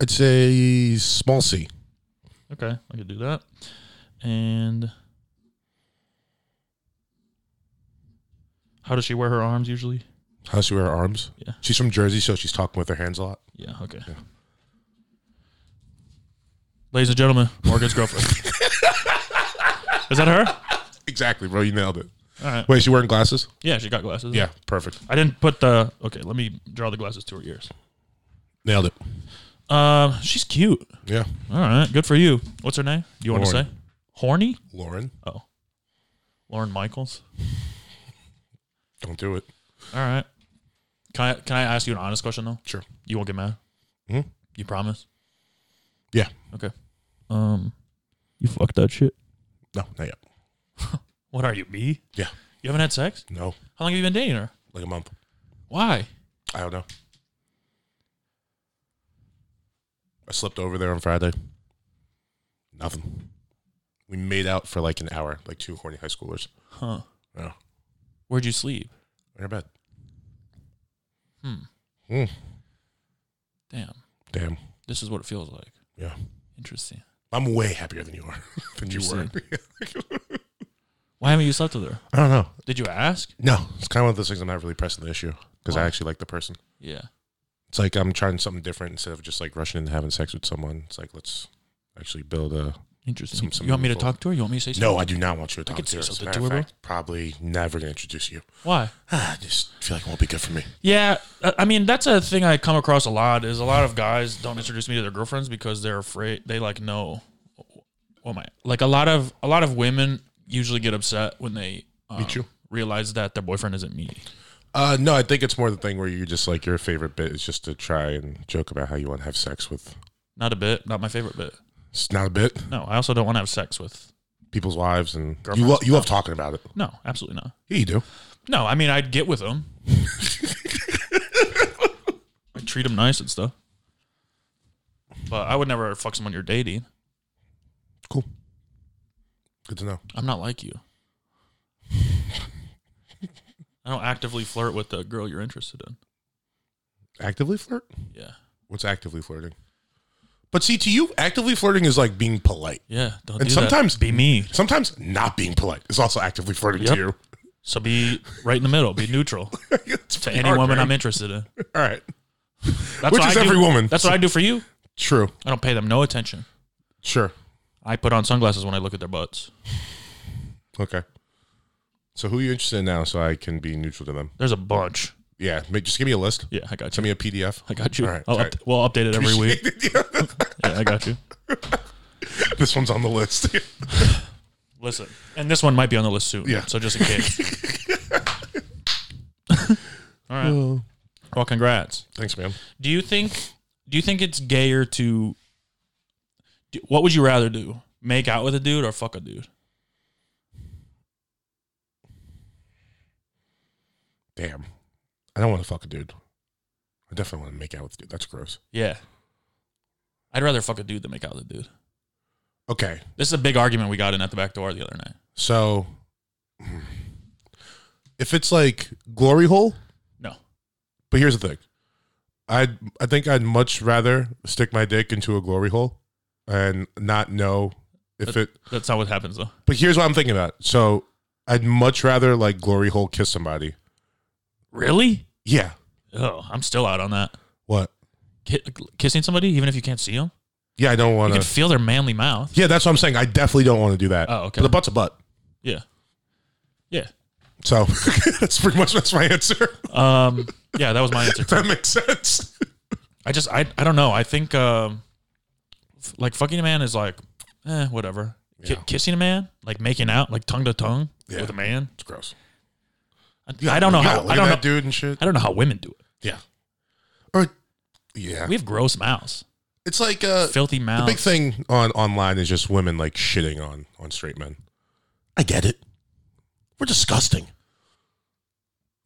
S3: I'd say small C.
S4: Okay, I could do that. And how does she wear her arms usually?
S3: How does she wear her arms?
S4: Yeah.
S3: She's from Jersey, so she's talking with her hands a lot.
S4: Yeah. Okay. Ladies and gentlemen, Morgan's girlfriend. Is that her?
S3: Exactly, bro. You nailed it.
S4: All right.
S3: Wait, she wearing glasses?
S4: Yeah, she got glasses.
S3: Yeah, perfect.
S4: I didn't put the. Okay, let me draw the glasses to her ears.
S3: Nailed it.
S4: Um, she's cute.
S3: Yeah.
S4: All right, good for you. What's her name? You want to
S3: Lauren.
S4: say? Horny?
S3: Lauren,
S4: Oh, Lauren Michaels.
S3: don't do it.
S4: All right. Can I can I ask you an honest question though?
S3: Sure.
S4: You won't get mad.
S3: Mhm.
S4: You promise?
S3: Yeah.
S4: Okay. Um, you fucked that shit.
S3: No, not yet.
S4: What are you, me?
S3: Yeah.
S4: You haven't had sex?
S3: No,
S4: How long have you been dating her?
S3: like a month.
S4: Why?
S3: I don't know. I slept over there on Friday. Nothing. We made out for like an hour, like two horny high schoolers.
S4: Huh?
S3: Yeah.
S4: Where'd you sleep?
S3: In her bed.
S4: Hmm.
S3: Hmm.
S4: Damn.
S3: Damn.
S4: This is what it feels like.
S3: Yeah.
S4: Interesting.
S3: I'm way happier than you are. than you were.
S4: Why haven't you slept with her?
S3: I don't know.
S4: Did you ask?
S3: No, it's kind of one of those things I'm not really pressing the issue because I actually like the person.
S4: Yeah.
S3: It's like I'm trying something different instead of just like rushing into having sex with someone. It's like let's actually build a.
S4: Interesting.
S3: Some- some
S4: you want me to
S3: meaningful-
S4: talk to her? You want me to say something?
S3: No, I do not want you to talk
S4: could
S3: to
S4: say
S3: her. As a
S4: something
S3: matter
S4: to
S3: of
S4: her, bro.
S3: fact, probably never gonna introduce you.
S4: Why?
S3: I just feel like it won't be good for me.
S4: Yeah, uh, I mean that's a thing I come across a lot. Is a lot of guys don't introduce me to their girlfriends because they're afraid they like know. What am I like? A lot of a lot of women usually get upset when they um,
S3: too.
S4: realize that their boyfriend isn't me.
S3: Uh, no, I think it's more the thing where you just like your favorite bit is just to try and joke about how you want to have sex with.
S4: Not a bit. Not my favorite bit.
S3: It's not a bit.
S4: No, I also don't want to have sex with.
S3: People's wives and you,
S4: Girlfriends?
S3: lo- you love talking about it.
S4: No, absolutely not.
S3: Yeah, you do.
S4: No, I mean I'd get with them. I treat them nice and stuff. But I would never fuck someone you're dating.
S3: Cool. Good to know.
S4: I'm not like you. I don't actively flirt with the girl you're interested in.
S3: Actively flirt.
S4: Yeah.
S3: What's actively flirting? But see, to you, actively flirting is like being polite.
S4: Yeah. Don't
S3: And
S4: do
S3: sometimes-
S4: that. be me.
S3: Sometimes not being polite is also actively flirting
S4: Yep.
S3: to you.
S4: So be right in the middle. Be neutral
S3: It's
S4: to
S3: pretty
S4: any
S3: hard,
S4: woman
S3: right?
S4: I'm interested in.
S3: All right.
S4: That's
S3: Which
S4: what
S3: is
S4: I do-
S3: every woman.
S4: That's what I do for you.
S3: True.
S4: I don't pay them no attention.
S3: Sure.
S4: I put on sunglasses when I look at their butts.
S3: Okay. So who are you interested in now so I can be neutral to them?
S4: There's a bunch.
S3: Yeah. ma- Just give me a list.
S4: Yeah, I got
S3: Send
S4: you.
S3: me a PDF.
S4: I got you.
S3: All right,
S4: I'll
S3: all
S4: up- we'll update it every week.
S3: Yeah,
S4: Yeah, I got you.
S3: this one's on the list.
S4: Listen, and this one might be on the list soon.
S3: Yeah.
S4: So just in case. All right. Well, congrats.
S3: Thanks, man.
S4: Do you think? Do you think it's gayer to? do- What would you rather do? Make out with a dude or fuck a dude?
S3: Damn. I don't want to fuck a dude. I definitely want to make out with a dude. That's gross.
S4: Yeah. I'd rather fuck a dude than make out with a dude.
S3: Okay.
S4: This is a big argument we got in at the back door the other night.
S3: So if it's like glory hole,
S4: No.
S3: but here's the thing. I'd I think I'd much rather stick my dick into a glory hole and not know if it
S4: That's not what happens though.
S3: but here's what I'm thinking about. So I'd much rather like glory hole kiss somebody.
S4: Really?
S3: Yeah.
S4: Oh, I'm still out on that.
S3: What?
S4: Ki- kissing somebody, even if you can't see them,
S3: Yeah, I don't
S4: you
S3: want
S4: can
S3: to.
S4: feel their manly mouth.
S3: Yeah, that's what I'm saying. I definitely don't want to do that.
S4: Oh, okay.
S3: But a butt's a butt.
S4: Yeah. Yeah.
S3: So that's pretty much that's my answer.
S4: Um, yeah, that was my answer.
S3: If that makes sense.
S4: I just, I, I don't know. I think, um, f- like fucking a man is like, eh, whatever. Ki-
S3: Yeah.
S4: kissing a man, like making out, like tongue to tongue
S3: Yeah.
S4: with a man.
S3: It's gross.
S4: I, I don't know how. I don't know.
S3: dude and shit.
S4: I don't know how women do it.
S3: Yeah. Or yeah,
S4: We have gross mouths,
S3: it's like uh,
S4: filthy
S3: the
S4: mouths.
S3: big thing on online is just women like shitting on on straight men. I get it. We're disgusting.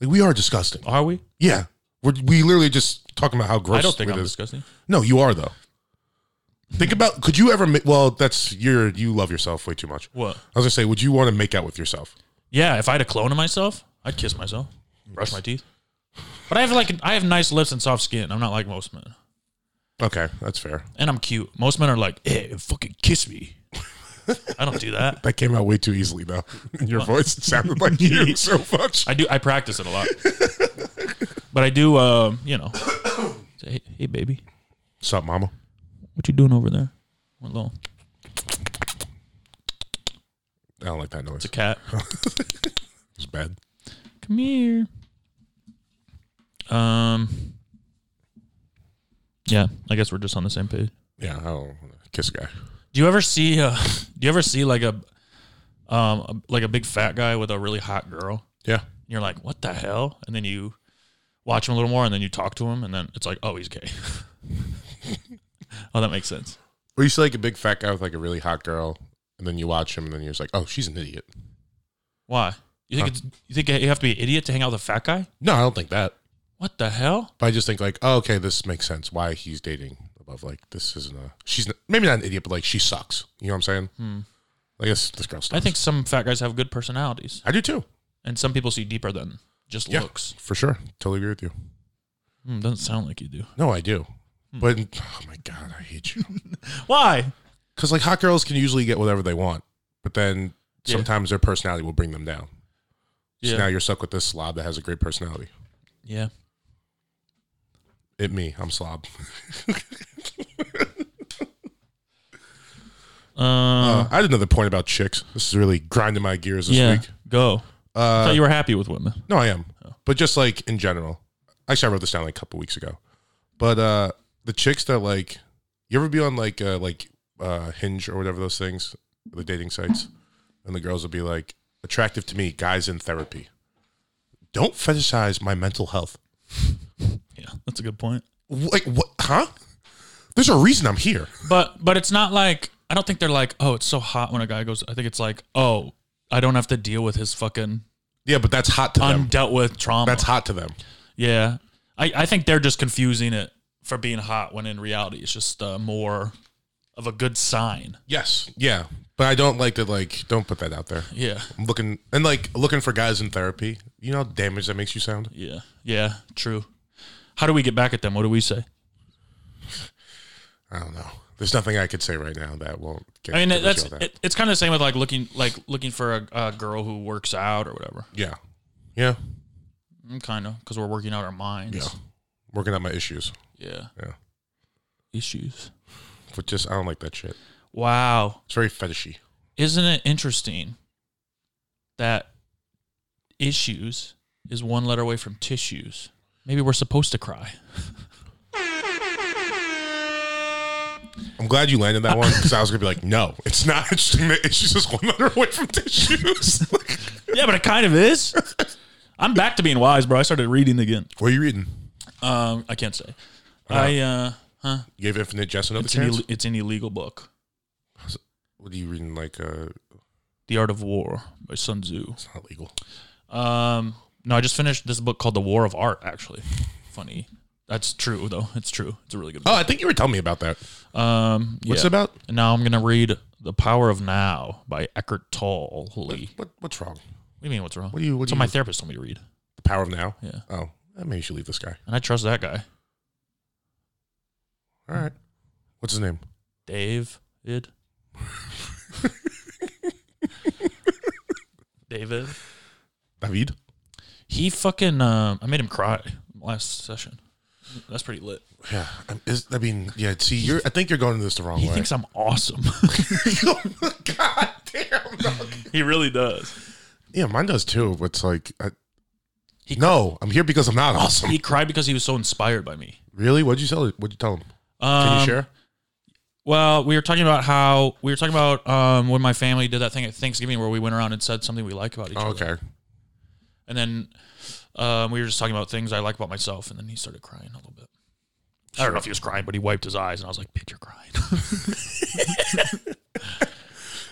S3: Like we are disgusting.
S4: Are we?
S3: Yeah, we're we literally just talking about how gross.
S4: I don't think
S3: it
S4: I'm
S3: is.
S4: disgusting.
S3: No, you are though. Think about could you ever? Ma- well, that's you're you love yourself way too much.
S4: What?
S3: I was gonna say, would you want to make out with yourself?
S4: Yeah, if I had a clone of myself, I'd kiss myself, brush my teeth. But I have like I have nice lips and soft skin. I'm not like most men,
S3: Okay, that's fair.
S4: and I'm cute. Most men are like, eh, fucking kiss me. I don't do that.
S3: That came out way too easily though. Your voice sounded like you so much.
S4: I do. I practice it a lot, but I do. Um, you know, say, hey, hey, baby,
S3: What's up, mama?
S4: what you doing over there? One little
S3: I don't like that noise.
S4: cat,
S3: It's bad.
S4: come here. Um. Yeah, I guess we're just on the same page.
S3: Yeah, I don't kiss a guy.
S4: Do you ever see? Uh, do you ever see like a, um, a- like a big fat guy with a really hot girl?
S3: Yeah.
S4: And you're like, what the hell? And then you watch him a little more, and then you talk to him, and then it's like, oh, he's gay. oh, that makes sense.
S3: Or you see like a big fat guy with like a really hot girl, and then you watch him, and then you're just like, oh, she's an idiot.
S4: Why? You think it's, you think you have to be an idiot to hang out with a fat guy?
S3: No, I don't think that.
S4: What the hell?
S3: But I just think like, oh, okay, this makes sense. Why he's dating above? Like, this isn't a. She's n maybe not an idiot, but like she sucks. You know what I'm saying? Hmm. I guess this girl sucks.
S4: I think some fat guys have good personalities,
S3: I do too.
S4: and some people see deeper than just
S3: Yeah,
S4: looks.
S3: for sure. Totally agree with you.
S4: Hmm, doesn't sound like you do.
S3: No, I do. But oh my god, I hate you.
S4: Why?
S3: Because like hot girls can usually get whatever they want, but then
S4: Yeah.
S3: sometimes their personality will bring them down.
S4: Yeah.
S3: So now you're stuck with this slob that has a great personality.
S4: yeah.
S3: It me. I'm slob.
S4: Uh,
S3: Uh, I had another point about chicks. This is really grinding my gears this
S4: yeah.
S3: week.
S4: Go. I
S3: Uh,
S4: thought you were happy with women.
S3: no, I am, but just like in general. Actually, I wrote this down like a couple weeks ago. But uh, the chicks that like, you ever be on like uh, like uh, Hinge or whatever those things, the dating sites, and the girls will be like, attractive to me, guys in therapy. Don't fetishize my mental health.
S4: Yeah, that's a good point.
S3: Like what? Huh? There's a reason I'm here.
S4: But but it's not like I don't think they're like, oh, it's so hot when a guy goes. I think it's like, oh, I don't have to deal with his fucking
S3: Yeah, but that's hot to them.
S4: undealt with trauma.
S3: That's hot to them.
S4: yeah. I, I think they're just confusing it for being hot when in reality it's just uh, more of a good sign.
S3: Yes. Yeah. But I don't like to like. Don't put that out there.
S4: Yeah.
S3: I'm looking and like looking for guys in therapy. You know how damaged that makes you sound.
S4: Yeah. Yeah. True. How do we get back at them? What do we say?
S3: I don't know. There's nothing I could say right now that won't. Get,
S4: I mean,
S3: get rid
S4: that's
S3: of that.
S4: it, it's kind of the same with like looking like looking for a, a girl who works out or whatever.
S3: yeah, yeah.
S4: Kind of because we're working out our minds.
S3: Yeah. Working out my issues,
S4: Yeah.
S3: Yeah.
S4: Issues.
S3: but just I don't like that shit.
S4: Wow.
S3: It's very fetishy.
S4: Isn't it interesting that issues is one letter away from tissues? Maybe we're supposed to cry.
S3: I'm I'm glad you landed that one because I was gonna be like, no, it's not. It's just, it's just one letter away from tissues. like,
S4: Yeah, but it kind of is. I'm back to being wise, bro. I started reading again.
S3: what are you reading?
S4: Um, I can't say. I uh, huh?
S3: You gave Infinite Jest another
S4: It's an,
S3: chance.
S4: Ill- it's an illegal book.
S3: what are you reading? Like, uh,
S4: The Art of War by Sun Tzu.
S3: it's not legal.
S4: Um, no, I just finished this book called The War of Art. Actually, funny. That's true though. It's true. It's a really good
S3: Oh, I think you were telling me about that.
S4: book. Um,
S3: What's
S4: yeah.
S3: it about?
S4: And now I'm gonna read The Power of Now by Eckhart Tolle. What do
S3: What, what's wrong?
S4: you mean? What's wrong?
S3: What do you? What
S4: That's
S3: do
S4: what
S3: you?
S4: my therapist told me to read,
S3: the power of now.
S4: Yeah.
S3: Oh, eh, maybe you should leave this guy.
S4: and I trust that guy,
S3: All right. What's his name?
S4: Dave. Id. David.
S3: David.
S4: He fucking. Um, I made him cry last session. That's pretty lit.
S3: Yeah. I'm- is- I mean, yeah. See, you're. I think you're going into this the wrong
S4: He
S3: way.
S4: thinks I'm awesome.
S3: God damn. dog.
S4: he really does.
S3: Yeah, mine does too. But it's like, I,
S4: He-
S3: no, I'm here because I'm not awesome.
S4: He cried because he was so inspired by me.
S3: really? What'd you tell? What'd you tell him?
S4: Um,
S3: Can you share?
S4: Well, we were talking about how we were talking about um, when my family did that thing at Thanksgiving where we went around and said something we like about each
S3: Oh,
S4: other,
S3: okay.
S4: and then um, we were just talking about things I like about myself, and then he started crying a little bit. I don't know if he was crying, but he wiped his eyes, and I was like, "Bitch, you're crying."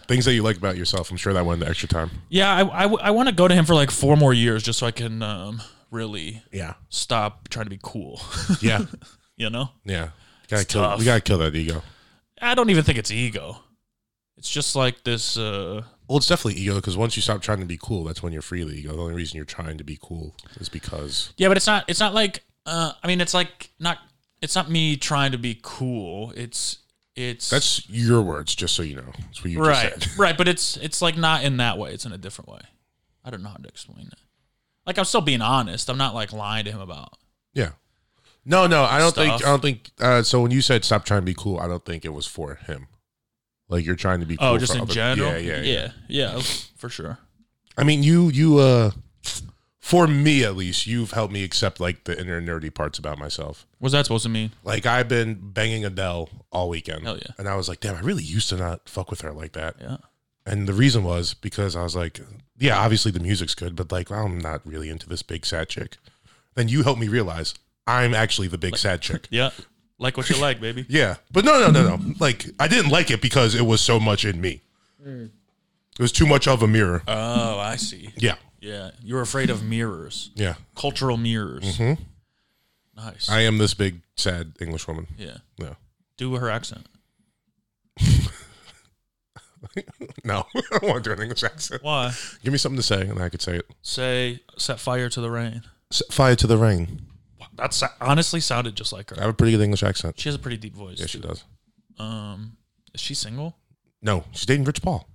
S3: Things that you like about yourself. I'm sure that went the extra time.
S4: yeah, I, I, w- I want to go to him for like four more years just so I can um, really
S3: Yeah.
S4: stop trying to be cool.
S3: Yeah.
S4: you know,
S3: yeah. Gotta
S4: It's
S3: kill,
S4: tough.
S3: we gotta kill that ego.
S4: I don't even think it's ego. It's just like this. Uh,
S3: Well, it's definitely ego because once you stop trying to be cool, that's when you're free of the ego. The only reason you're trying to be cool is because
S4: Yeah, but it's not. It's not like. Uh, I mean, it's like not. It's not me trying to be cool. It's. It's.
S3: that's your words. Just so you know, that's what you
S4: right.
S3: just said.
S4: Right, but it's. It's like not in that way. It's in a different way. I don't know how to explain it. Like I'm still being honest. I'm not like lying to him about.
S3: Yeah. No, no, I don't think.
S4: Stuff.
S3: I don't think. Uh, so when you said stop trying to be cool, I don't think it was for him. Like you're trying to be. cool
S4: Oh, just
S3: for
S4: in
S3: other-
S4: general.
S3: Yeah, yeah, yeah.
S4: yeah, yeah, for sure.
S3: I mean, you, you. uh For me, at least, you've helped me accept like the inner nerdy parts about myself.
S4: What's that supposed to mean?
S3: Like I've been banging Adele all weekend.
S4: Hell yeah.
S3: And I was like, damn, I really used to not fuck with her like that.
S4: Yeah.
S3: And the reason was because I was like, yeah, obviously the music's good, but like I'm not really into this big sad chick. Then you helped me realize I'm actually the big sad chick.
S4: Yeah. Like what you like, baby.
S3: Yeah, but no, no, no, no. Like I didn't like it because it was so much in me. It was too much of a mirror.
S4: Oh, I see.
S3: yeah,
S4: Yeah, you're afraid of mirrors,
S3: yeah.
S4: cultural mirrors. Nice.
S3: Mm-hmm. I am this big sad English woman.
S4: yeah.
S3: No,
S4: Do her accent.
S3: no. I don't want to do an English accent.
S4: Why?
S3: Give me something to say, and I could say it.
S4: say set fire to the rain.
S3: Set fire to the rain.
S4: That sa- honestly sounded just like
S3: I
S4: her.
S3: have a pretty good English accent.
S4: She has a pretty deep voice.
S3: Yeah, she
S4: too.
S3: does.
S4: Um, is she single?
S3: No, she's dating Rich Paul.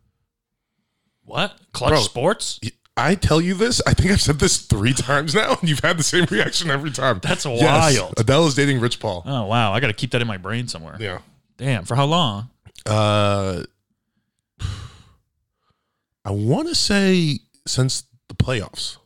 S4: What? Clutch
S3: Bro.
S4: Sports?
S3: I tell you this. I think I've said this three times now, and you've had the same reaction every time.
S4: That's
S3: Yes,
S4: wild.
S3: Adele is dating Rich Paul.
S4: Oh wow, I got to keep that in my brain somewhere.
S3: Yeah.
S4: Damn, for how long?
S3: Uh, I want to say since the playoffs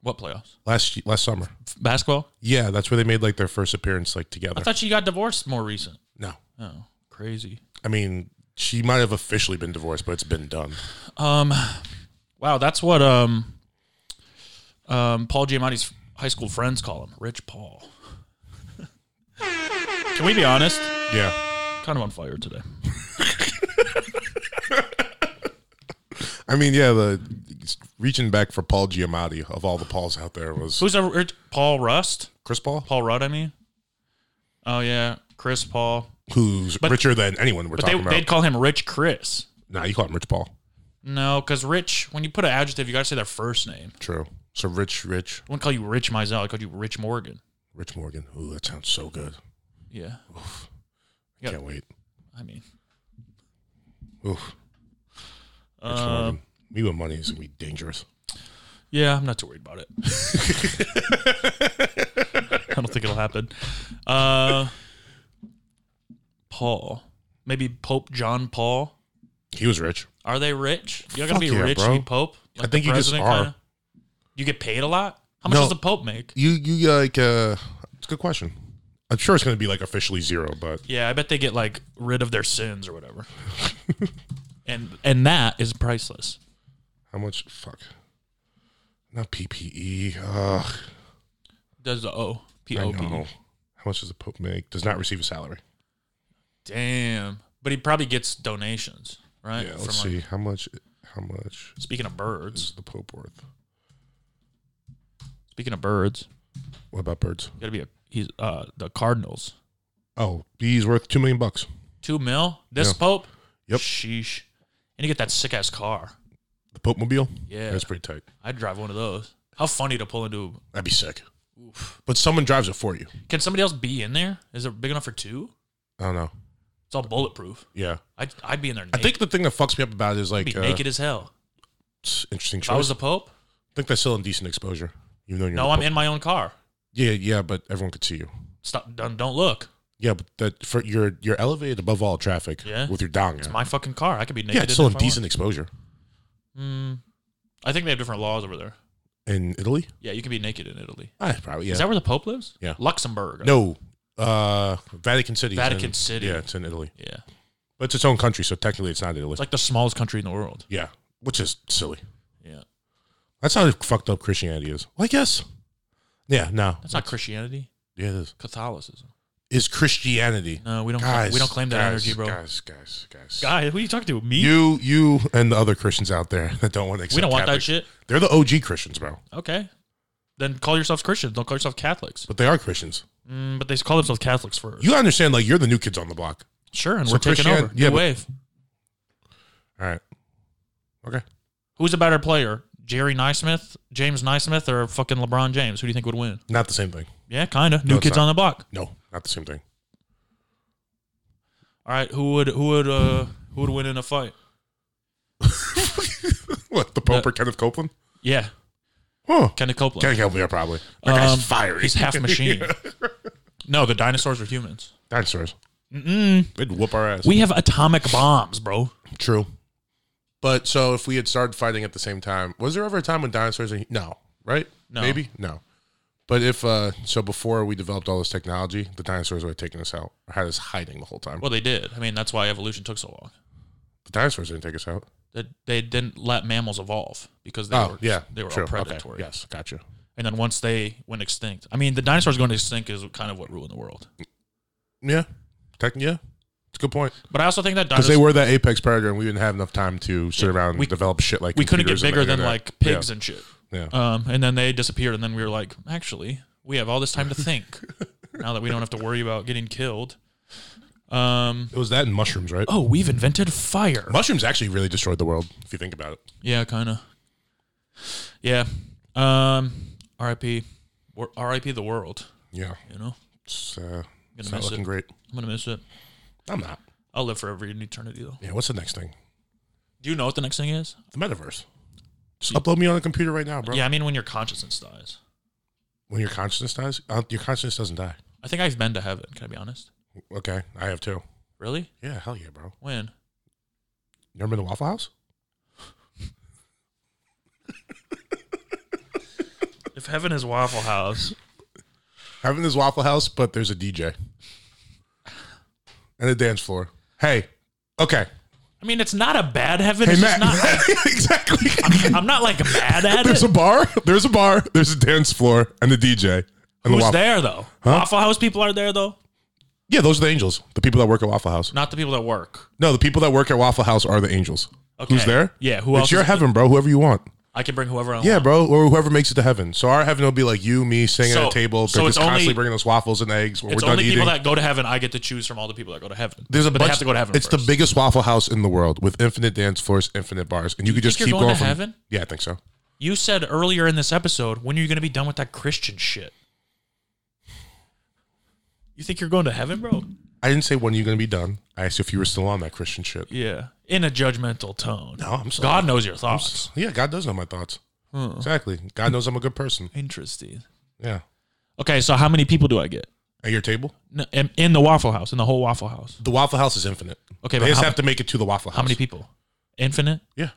S4: What playoffs?
S3: last ye- last summer.
S4: F- basketball?
S3: Yeah, that's where they made like their first appearance like together.
S4: I thought she got divorced more recent.
S3: no,
S4: Oh, crazy.
S3: I mean she might have officially been divorced, but it's been done.
S4: Um, wow, that's what um, um, Paul Giamatti's f- high school friends call him, Rich Paul. Can we be honest?
S3: Yeah,
S4: Kind of on fire today.
S3: I mean yeah, the reaching back for Paul Giamatti of all the Pauls out there was
S4: Who's ever er, Paul Rust?
S3: Chris Paul,
S4: Paul Rudd, I mean. Oh yeah, Chris Paul.
S3: who's richer than anyone we're
S4: But they,
S3: talking
S4: they'd
S3: about.
S4: call him Rich Chris.
S3: nah, you call him Rich Paul.
S4: No, because Rich, when you put an adjective, you gotta say their first name.
S3: True. So rich, rich,
S4: I wouldn't call you Rich Mizell. I called you Rich Morgan.
S3: Rich Morgan. Ooh, that sounds so good.
S4: Yeah, Yeah.
S3: Can't wait.
S4: I mean,
S3: Oof. Rich
S4: uh,
S3: Morgan. Me with money is gonna be dangerous.
S4: yeah, I'm not too worried about it. I don't think it'll happen. Uh, Paul, maybe Pope John Paul.
S3: He was rich.
S4: Are they rich? You're gonna
S3: Fuck
S4: be
S3: yeah,
S4: rich
S3: bro.
S4: to be Pope. Like
S3: think you just are.
S4: kinda? You get paid a lot. How much
S3: No.
S4: does the Pope make?
S3: You you like uh it's a good question. I'm sure it's going to be like officially zero, but
S4: Yeah, I bet they get like rid of their sins or whatever. and and that is priceless.
S3: how much? Fuck. Not PPE. Ugh,
S4: Does the O P
S3: I
S4: O P?
S3: know. How much does the Pope make? Does not receive a salary.
S4: Damn. But he probably gets donations, right?
S3: Yeah,
S4: From,
S3: let's
S4: like-
S3: see how much. How much
S4: Speaking of birds,
S3: is the Pope worth?
S4: speaking of birds,
S3: What about birds?
S4: gotta be a, he's uh the Cardinals.
S3: Oh, he's worth two million bucks.
S4: Two mil. This
S3: Yeah.
S4: Pope.
S3: Yep.
S4: Sheesh. And you get that sick ass car.
S3: The Pope mobile.
S4: Yeah.
S3: that's pretty tight.
S4: I'd drive one of those. How funny to pull into.
S3: That'd be sick. But someone drives it for you.
S4: Can somebody else be in there? Is it big enough for two?
S3: I don't know.
S4: It's all bulletproof.
S3: Yeah,
S4: I'd, I'd be in there. Naked.
S3: I think the thing that fucks me up about it is
S4: I'd
S3: like
S4: be
S3: uh,
S4: naked as hell.
S3: it's interesting
S4: If
S3: choice.
S4: I was the Pope,
S3: I think that's still indecent exposure. Even though you're
S4: no,
S3: the
S4: I'm
S3: Pope.
S4: in my own car.
S3: Yeah, yeah, but everyone could see you.
S4: Stop. Don't, don't look.
S3: Yeah, but that for you're you're elevated above all traffic.
S4: Yeah.
S3: with your dong.
S4: It's
S3: out.
S4: my fucking car. I could be naked.
S3: yeah, it's still
S4: if I want.
S3: indecent exposure
S4: I think they have different laws over there.
S3: in Italy.
S4: Yeah, you can be naked in Italy.
S3: I probably yeah.
S4: Is that where the Pope lives?
S3: Yeah.
S4: Luxembourg.
S3: no, uh, Vatican City. is
S4: Vatican
S3: in-
S4: City.
S3: Yeah, it's in Italy,
S4: Yeah.
S3: but it's its own country, so technically it's not Italy.
S4: It's like the smallest country in the world.
S3: yeah, which is silly.
S4: Yeah.
S3: That's how fucked up Christianity is. Well, I guess. Yeah, no.
S4: That's not Christianity.
S3: Yeah, it is.
S4: Catholicism.
S3: Is Christianity?
S4: No, we don't.
S3: guys,
S4: we don't claim that
S3: guys,
S4: energy, bro.
S3: Guys, guys, guys,
S4: Guy, who are you talking to? Me?
S3: You, you, and the other Christians out there that don't want to. Accept
S4: we don't want that
S3: Catholics.
S4: shit.
S3: They're the OG Christians, bro.
S4: Okay. Then call yourselves Christians. Don't call yourself Catholics.
S3: But they are Christians.
S4: Mm, but they call themselves Catholics first.
S3: You understand? Like you're the new kids on the block.
S4: sure, and
S3: So
S4: we're taking
S3: Christian-
S4: over.
S3: yeah,
S4: New
S3: but-
S4: wave.
S3: All right. Okay.
S4: Who's a better player? Jerry Naismith, James Naismith, or fucking LeBron James? Who do you think would win?
S3: Not the same thing.
S4: Yeah, kind of. New
S3: it's
S4: kids
S3: not.
S4: on the block.
S3: No, not the same thing.
S4: All right, who would who would uh who would win in a fight?
S3: What the Pope
S4: No.
S3: or Kenneth Copeland?
S4: Yeah,
S3: Huh.
S4: Kenneth Copeland. Um,
S3: Kenneth Copeland, yeah, probably. That guy's fiery.
S4: He's half machine. No, the dinosaurs are humans.
S3: Dinosaurs. Mm-mm. They'd whoop our ass.
S4: We have atomic bombs, bro.
S3: True. But so if we had started fighting at the same time, was there ever a time when dinosaurs? And, no, right?
S4: No.
S3: Maybe no. But if uh, so, before we developed all this technology, the dinosaurs would have taken us out or had us hiding the whole time.
S4: Well, they did. I mean, that's why evolution took so long.
S3: the dinosaurs didn't take us out.
S4: That they didn't let mammals evolve because they
S3: oh
S4: were
S3: yeah,
S4: they were
S3: true.
S4: all
S3: Okay,
S4: predatory.
S3: Yes, gotcha.
S4: And then once they went extinct, I mean, the dinosaurs going extinct is kind of what ruined the world.
S3: Yeah, tech. Yeah, it's a good point
S4: But I also think that
S3: because
S4: dinosaurs
S3: they were that apex predator, and we didn't have enough time to sit
S4: Yeah,
S3: around and
S4: we-
S3: develop shit like
S4: we couldn't get
S3: computers and
S4: bigger
S3: the
S4: than
S3: internet.
S4: like pigs and shit.
S3: Yeah, yeah.
S4: Um, and then they disappeared, and then we were like, actually, we have all this time to think now that we don't have to worry about getting killed. Um,
S3: it was that and mushrooms, right?
S4: oh, we've invented fire.
S3: Mushrooms actually really destroyed the world if you think about it.
S4: Yeah, kind of. Yeah. Um, R.I.P. Wor- R.I.P. the world.
S3: Yeah,
S4: You know,
S3: it's, uh, it's
S4: miss
S3: not
S4: it.
S3: looking great.
S4: I'm gonna miss it.
S3: I'm not.
S4: I'll live forever in eternity, though.
S3: Yeah, what's the next thing?
S4: Do you know what the next thing is?
S3: The metaverse. Just upload me on the computer right now, bro.
S4: Yeah, I mean, when your consciousness dies.
S3: When your consciousness dies, uh, your consciousness doesn't die.
S4: I think I've been to heaven. Can I be honest?
S3: Okay, I have too.
S4: Really?
S3: Yeah, hell yeah, bro.
S4: When?
S3: You ever been to Waffle House?
S4: If heaven is Waffle House,
S3: Having this Waffle House, but there's a DJ and a dance floor. Hey, okay.
S4: I mean, it's not a bad heaven.
S3: Hey,
S4: it's
S3: Matt.
S4: just not.
S3: exactly.
S4: I'm not like mad at
S3: there's
S4: it.
S3: a bar. There's a bar. There's a dance floor and a DJ. And the
S4: Who's
S3: Waffle.
S4: there though? Waffle House people are there though.
S3: Yeah, those are the angels. The people that work at Waffle House.
S4: Not the people that work.
S3: No, the people that work at Waffle House are the angels.
S4: Okay.
S3: Who's there?
S4: Yeah, who
S3: it's
S4: else
S3: your
S4: is- Oh.
S3: heaven, bro. Whoever you want.
S4: I can bring whoever I want.
S3: Yeah, bro, or whoever makes it to heaven. So our heaven will be like you, me, sitting at
S4: So-
S3: a table. They're
S4: so
S3: just
S4: it's only-
S3: constantly bringing us waffles and eggs when we're
S4: It's
S3: done
S4: only
S3: eating.
S4: people that go to heaven. I get to choose from all the people that go to heaven.
S3: There's a
S4: but
S3: bunch,
S4: they have to go to heaven.
S3: It's
S4: first.
S3: the biggest waffle house in the world with infinite dance floors, infinite bars, and you, could just
S4: think
S3: keep
S4: you're going to
S3: from-
S4: heaven?
S3: Yeah, I think so.
S4: You said earlier in this episode, when are you going to be done with that Christian shit? You think you're going to heaven, bro?
S3: I didn't say when are you going to be done. I asked if you were still on that Christian shit.
S4: Yeah, in a judgmental tone.
S3: No, I'm sorry.
S4: God knows your thoughts. Hmm.
S3: Yeah, God does know my thoughts. Exactly. God knows I'm a good person.
S4: Interesting.
S3: Yeah.
S4: Okay, so how many people do I get
S3: At your table,
S4: No, in, in the Waffle House? In the whole Waffle House?
S3: the Waffle House is infinite.
S4: Okay,
S3: they
S4: but
S3: just
S4: how-
S3: have to make it to the Waffle House.
S4: How many people? Infinite.
S3: Yeah,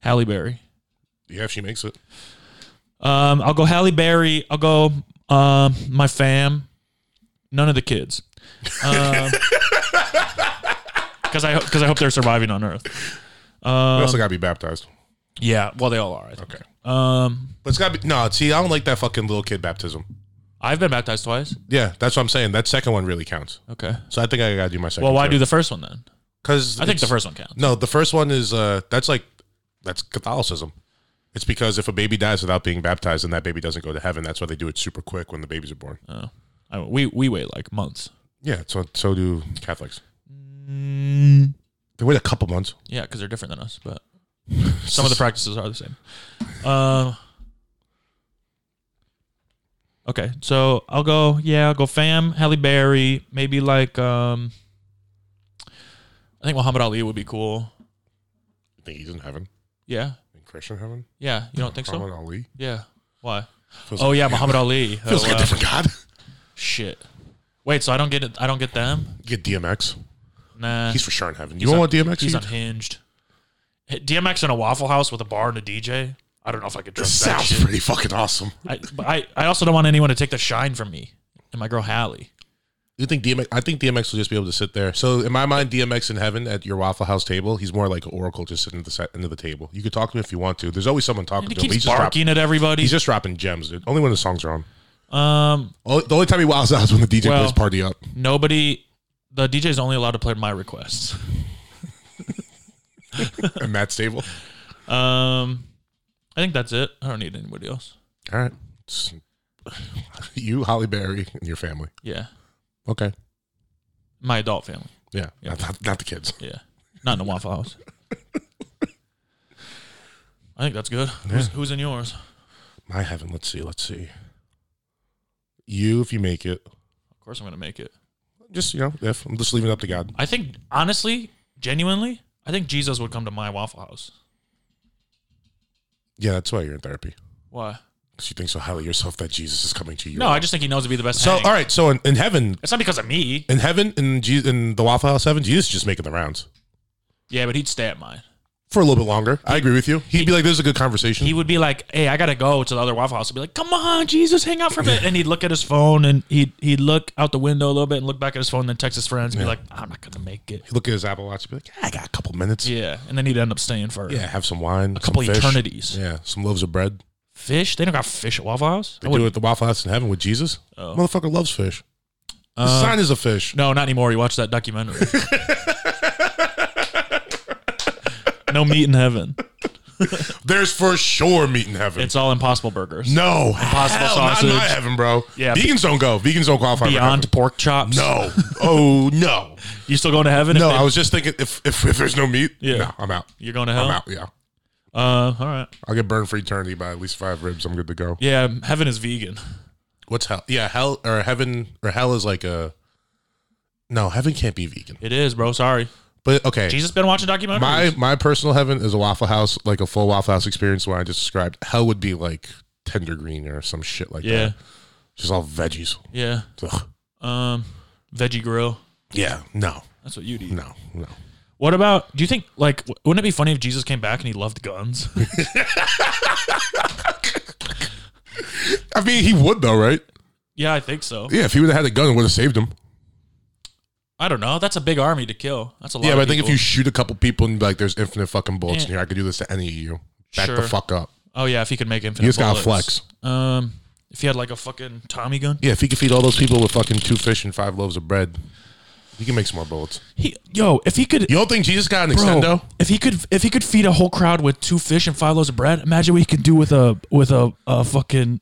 S4: Halle Berry.
S3: yeah. If she makes it,
S4: Um, I'll go Halle Berry. I'll go um, my fam. none of the kids, because I because I hope they're surviving on Earth. Um,
S3: they also got to be baptized.
S4: Yeah, well, they all are. I think.
S3: Okay.
S4: Um,
S3: But it's got to be. No, see, I don't like that fucking little kid baptism.
S4: I've been baptized twice.
S3: Yeah, that's what I'm saying. That second one really counts.
S4: Okay.
S3: So I think I got to do my second
S4: Well, why do the first one then?
S3: Because
S4: I think the first one counts.
S3: No, the first one is uh that's like that's Catholicism. It's because if a baby dies without being baptized, then that baby doesn't go to heaven. That's why they do it super quick when the babies are born.
S4: I, we we wait like months.
S3: Yeah, so so do Catholics.
S4: Mm,
S3: They wait a couple months.
S4: Yeah, because they're different than us, but some of the practices are the same. Uh, okay, so I'll go. Yeah, I'll go. Fam, Halle Berry, maybe like. Um, I think Muhammad Ali would be cool.
S3: I think he's in heaven.
S4: Yeah,
S3: In Christian heaven.
S4: yeah. You don't think so?
S3: Muhammad Ali.
S4: Yeah. Why?
S3: Feels
S4: Oh
S3: like-
S4: yeah, Muhammad Ali.
S3: Feels
S4: Oh,
S3: like
S4: wow.
S3: a different god.
S4: Shit. Wait, so I don't get it. I don't get them.
S3: Get DMX.
S4: Nah.
S3: He's for sure in heaven. You
S4: He's
S3: don't
S4: un-
S3: want DMX? He's
S4: He's unhinged. Hey, DMX in a Waffle House with a bar and a DJ. I don't know if I could trust that
S3: sounds
S4: shit.
S3: pretty fucking awesome.
S4: I, but I, I also don't want anyone to take the shine from me and my girl Hallie.
S3: You think DMX? I think DMX will just be able to sit there. So in my mind, DMX in heaven at your Waffle House table, he's more like an oracle, just sitting at the se- end of the table. You could talk to him if you want to. There's always someone talking
S4: He
S3: to him.
S4: keeps
S3: just dropping-
S4: barking at everybody.
S3: He's just dropping gems, dude. Only when the songs are on.
S4: um,
S3: Only- The only time he wows out is when the DJ
S4: Well-
S3: plays "Party Up."
S4: nobody. The DJ's only allowed to play my requests.
S3: at Matt's table.
S4: Um, I think that's it. I don't need anybody else.
S3: All right, It's- you, Holly Berry, and your family.
S4: Yeah,
S3: Okay,
S4: my adult family.
S3: yeah, Not, not, not the kids.
S4: Yeah, not in a Waffle House. I think that's good. Who's, who's in yours?
S3: My heaven. Let's see. Let's see. You, if you make it,
S4: Of course, I'm gonna make it.
S3: just you know, if I'm just leaving it up to God.
S4: I think honestly, genuinely, I think Jesus would come to my Waffle House.
S3: Yeah, that's why you're in therapy.
S4: Why?
S3: Because you think so highly of "Oh, yourself that Jesus is coming to you.
S4: No, I just think he knows it'd be the best.
S3: so
S4: hang.
S3: all right. So in, in heaven,
S4: It's not because of me.
S3: in heaven, in Jesus, in the Waffle House heaven, Jesus is just making the rounds
S4: Yeah, but he'd stay at mine.
S3: for a little bit longer. I agree with you. He'd be like, "This is a good conversation."
S4: He would be like, "Hey, I gotta go to the other Waffle House." He'd be like, "Come on, Jesus, hang out for a bit." And he'd look at his phone and he'd he'd look out the window a little bit and look back at his phone, and then text his friends and be like, "I'm not gonna make it."
S3: He'd look at his Apple Watch and be like, "Yeah, "I got a couple minutes."
S4: Yeah, and then he'd end up staying for
S3: Yeah, have some wine, a
S4: couple eternities.
S3: Yeah, some loaves of bread.
S4: fish. They don't got fish at Waffle House. I
S3: They
S4: wouldn't- Oh.
S3: do it at the Waffle House in heaven with Jesus. Motherfucker loves fish. The sign is a fish.
S4: Uh, No, not anymore. You watched that documentary. no meat in heaven.
S3: There's for sure meat in heaven.
S4: It's all impossible burgers.
S3: no, impossible Not in my
S4: sausage.
S3: heaven, bro.
S4: Yeah, be-
S3: vegans don't go. Vegans don't qualify. for
S4: Beyond pork chops.
S3: heaven. No. Oh no.
S4: You still going to heaven? if
S3: No,
S4: they-
S3: I was just thinking if if, if there's no meat,
S4: Yeah.
S3: no, I'm out.
S4: You're going to hell?
S3: I'm out. Yeah,
S4: Uh, all right.
S3: I'll get burned for eternity by at least five ribs. I'm good to go.
S4: Yeah, heaven is vegan.
S3: What's hell? Yeah, hell or heaven or hell is like a. No, heaven can't be vegan.
S4: It is, bro. Sorry.
S3: But okay,
S4: Jesus been watching documentaries.
S3: My my personal heaven is a Waffle House, like a full Waffle House experience. What I just described, hell would be like tender green or some shit like
S4: yeah,
S3: that. Just all veggies.
S4: yeah.
S3: Ugh.
S4: Um, veggie grill.
S3: Yeah. No.
S4: That's what you'd eat.
S3: No. No.
S4: What about? Do you think like w- wouldn't it be funny if Jesus came back and he loved guns?
S3: I mean, he would though, right?
S4: yeah, I think so.
S3: Yeah. If he would have had a gun, it would have saved him.
S4: I don't know. That's a big army to kill. That's a lot.
S3: Yeah,
S4: of
S3: but I think if
S4: people.
S3: you shoot a couple people and be like, "There's infinite fucking bullets in
S4: Yeah.
S3: here. I could do this to any of you." Back
S4: Sure.
S3: the fuck up.
S4: oh yeah, if he could make infinite.
S3: You just gotta
S4: bullets. Um, if he had like a fucking Tommy gun.
S3: Yeah. If he could feed all those people with fucking two fish and five loaves of bread, he can make some more bullets.
S4: He, yo, if he could.
S3: You don't think Jesus got an
S4: Bro,
S3: extendo?
S4: if he could, if he could feed a whole crowd with two fish and five loaves of bread, imagine what he could do with a with a, a fucking,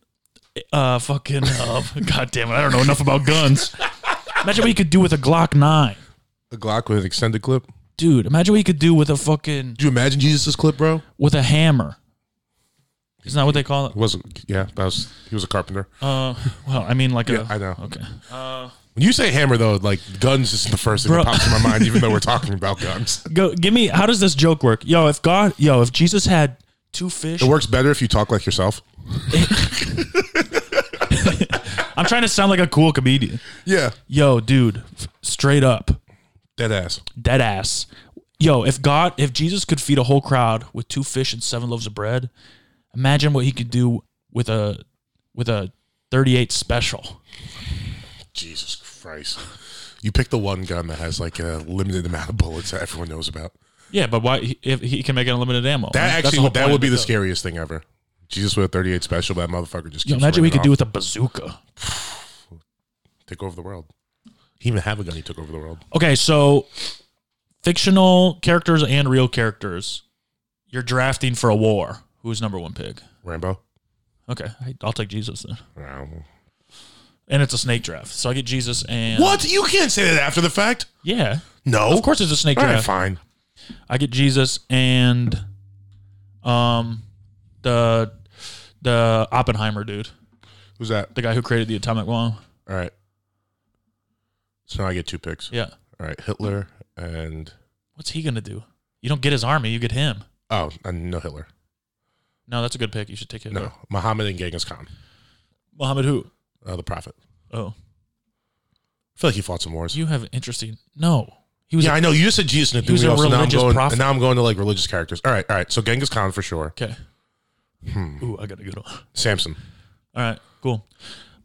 S4: uh, fucking, uh, god damn it, I don't know enough about guns. Imagine what he could do with a Glock nine,
S3: A Glock with an extended clip.
S4: dude. Imagine what he could do with a fucking
S3: Do you imagine Jesus' clip, bro?
S4: with a hammer. Isn't that what they call it?
S3: wasn't yeah that was he was a carpenter
S4: Uh, well, I mean like
S3: yeah
S4: a.
S3: i know
S4: Okay.
S3: when you say hammer though like guns is the first thing
S4: Bro.
S3: that pops in my mind even though we're talking about guns
S4: Go give me. How does this joke work? Yo, if God, yo, if Jesus had two fish,
S3: it works better if you talk like yourself
S4: I'm trying to sound like a cool comedian.
S3: yeah
S4: Yo, dude, f- straight up.
S3: dead ass
S4: dead ass. Yo, if God, if Jesus could feed a whole crowd with two fish and seven loaves of bread, imagine what he could do with a with a 38 special.
S3: Jesus Christ. You pick the one gun that has like a limited amount of bullets that everyone knows about.
S4: Yeah, but why? he- If he can make unlimited ammo,
S3: That
S4: That's
S3: actually
S4: whole
S3: that
S4: point
S3: would
S4: of
S3: be
S4: it,
S3: the
S4: though.
S3: scariest thing ever. Jesus with a 38 special, but that motherfucker just keeps
S4: Yo, imagine what he could do
S3: with
S4: with a bazooka.
S3: take over the world. He didn't have a gun. He took over the world.
S4: Okay, so fictional characters and real characters, you're drafting for a war. Who's number one pick?
S3: Rambo.
S4: Okay, I- I'll take Jesus then.
S3: Um,
S4: And it's a snake draft, so I get Jesus and
S3: What? You can't say that after the fact.
S4: Yeah,
S3: No.
S4: of course it's a snake
S3: All right,
S4: draft.
S3: fine.
S4: I get Jesus and um the the Oppenheimer dude,
S3: Who's that?
S4: the guy who created the atomic bomb.
S3: All right. So now I get two picks.
S4: Yeah,
S3: All right, Hitler and
S4: what's he gonna do? You don't get his army, you get him.
S3: oh, and no Hitler.
S4: No, that's a good pick. You should take it.
S3: No, Muhammad and Genghis Khan,
S4: Muhammad who?
S3: uh, the prophet.
S4: Oh,
S3: I feel like he fought some wars.
S4: you have interesting. No, he was.
S3: yeah,
S4: a-
S3: I know. You just said Jesus and it
S4: He
S3: threw
S4: was
S3: me off. So
S4: a
S3: now I'm
S4: religious
S3: going,
S4: prophet.
S3: and now I'm going to like religious characters. All right, all right. So Genghis Khan for sure.
S4: okay.
S3: Hmm.
S4: Ooh, I got a good one.
S3: Samson.
S4: All right, cool.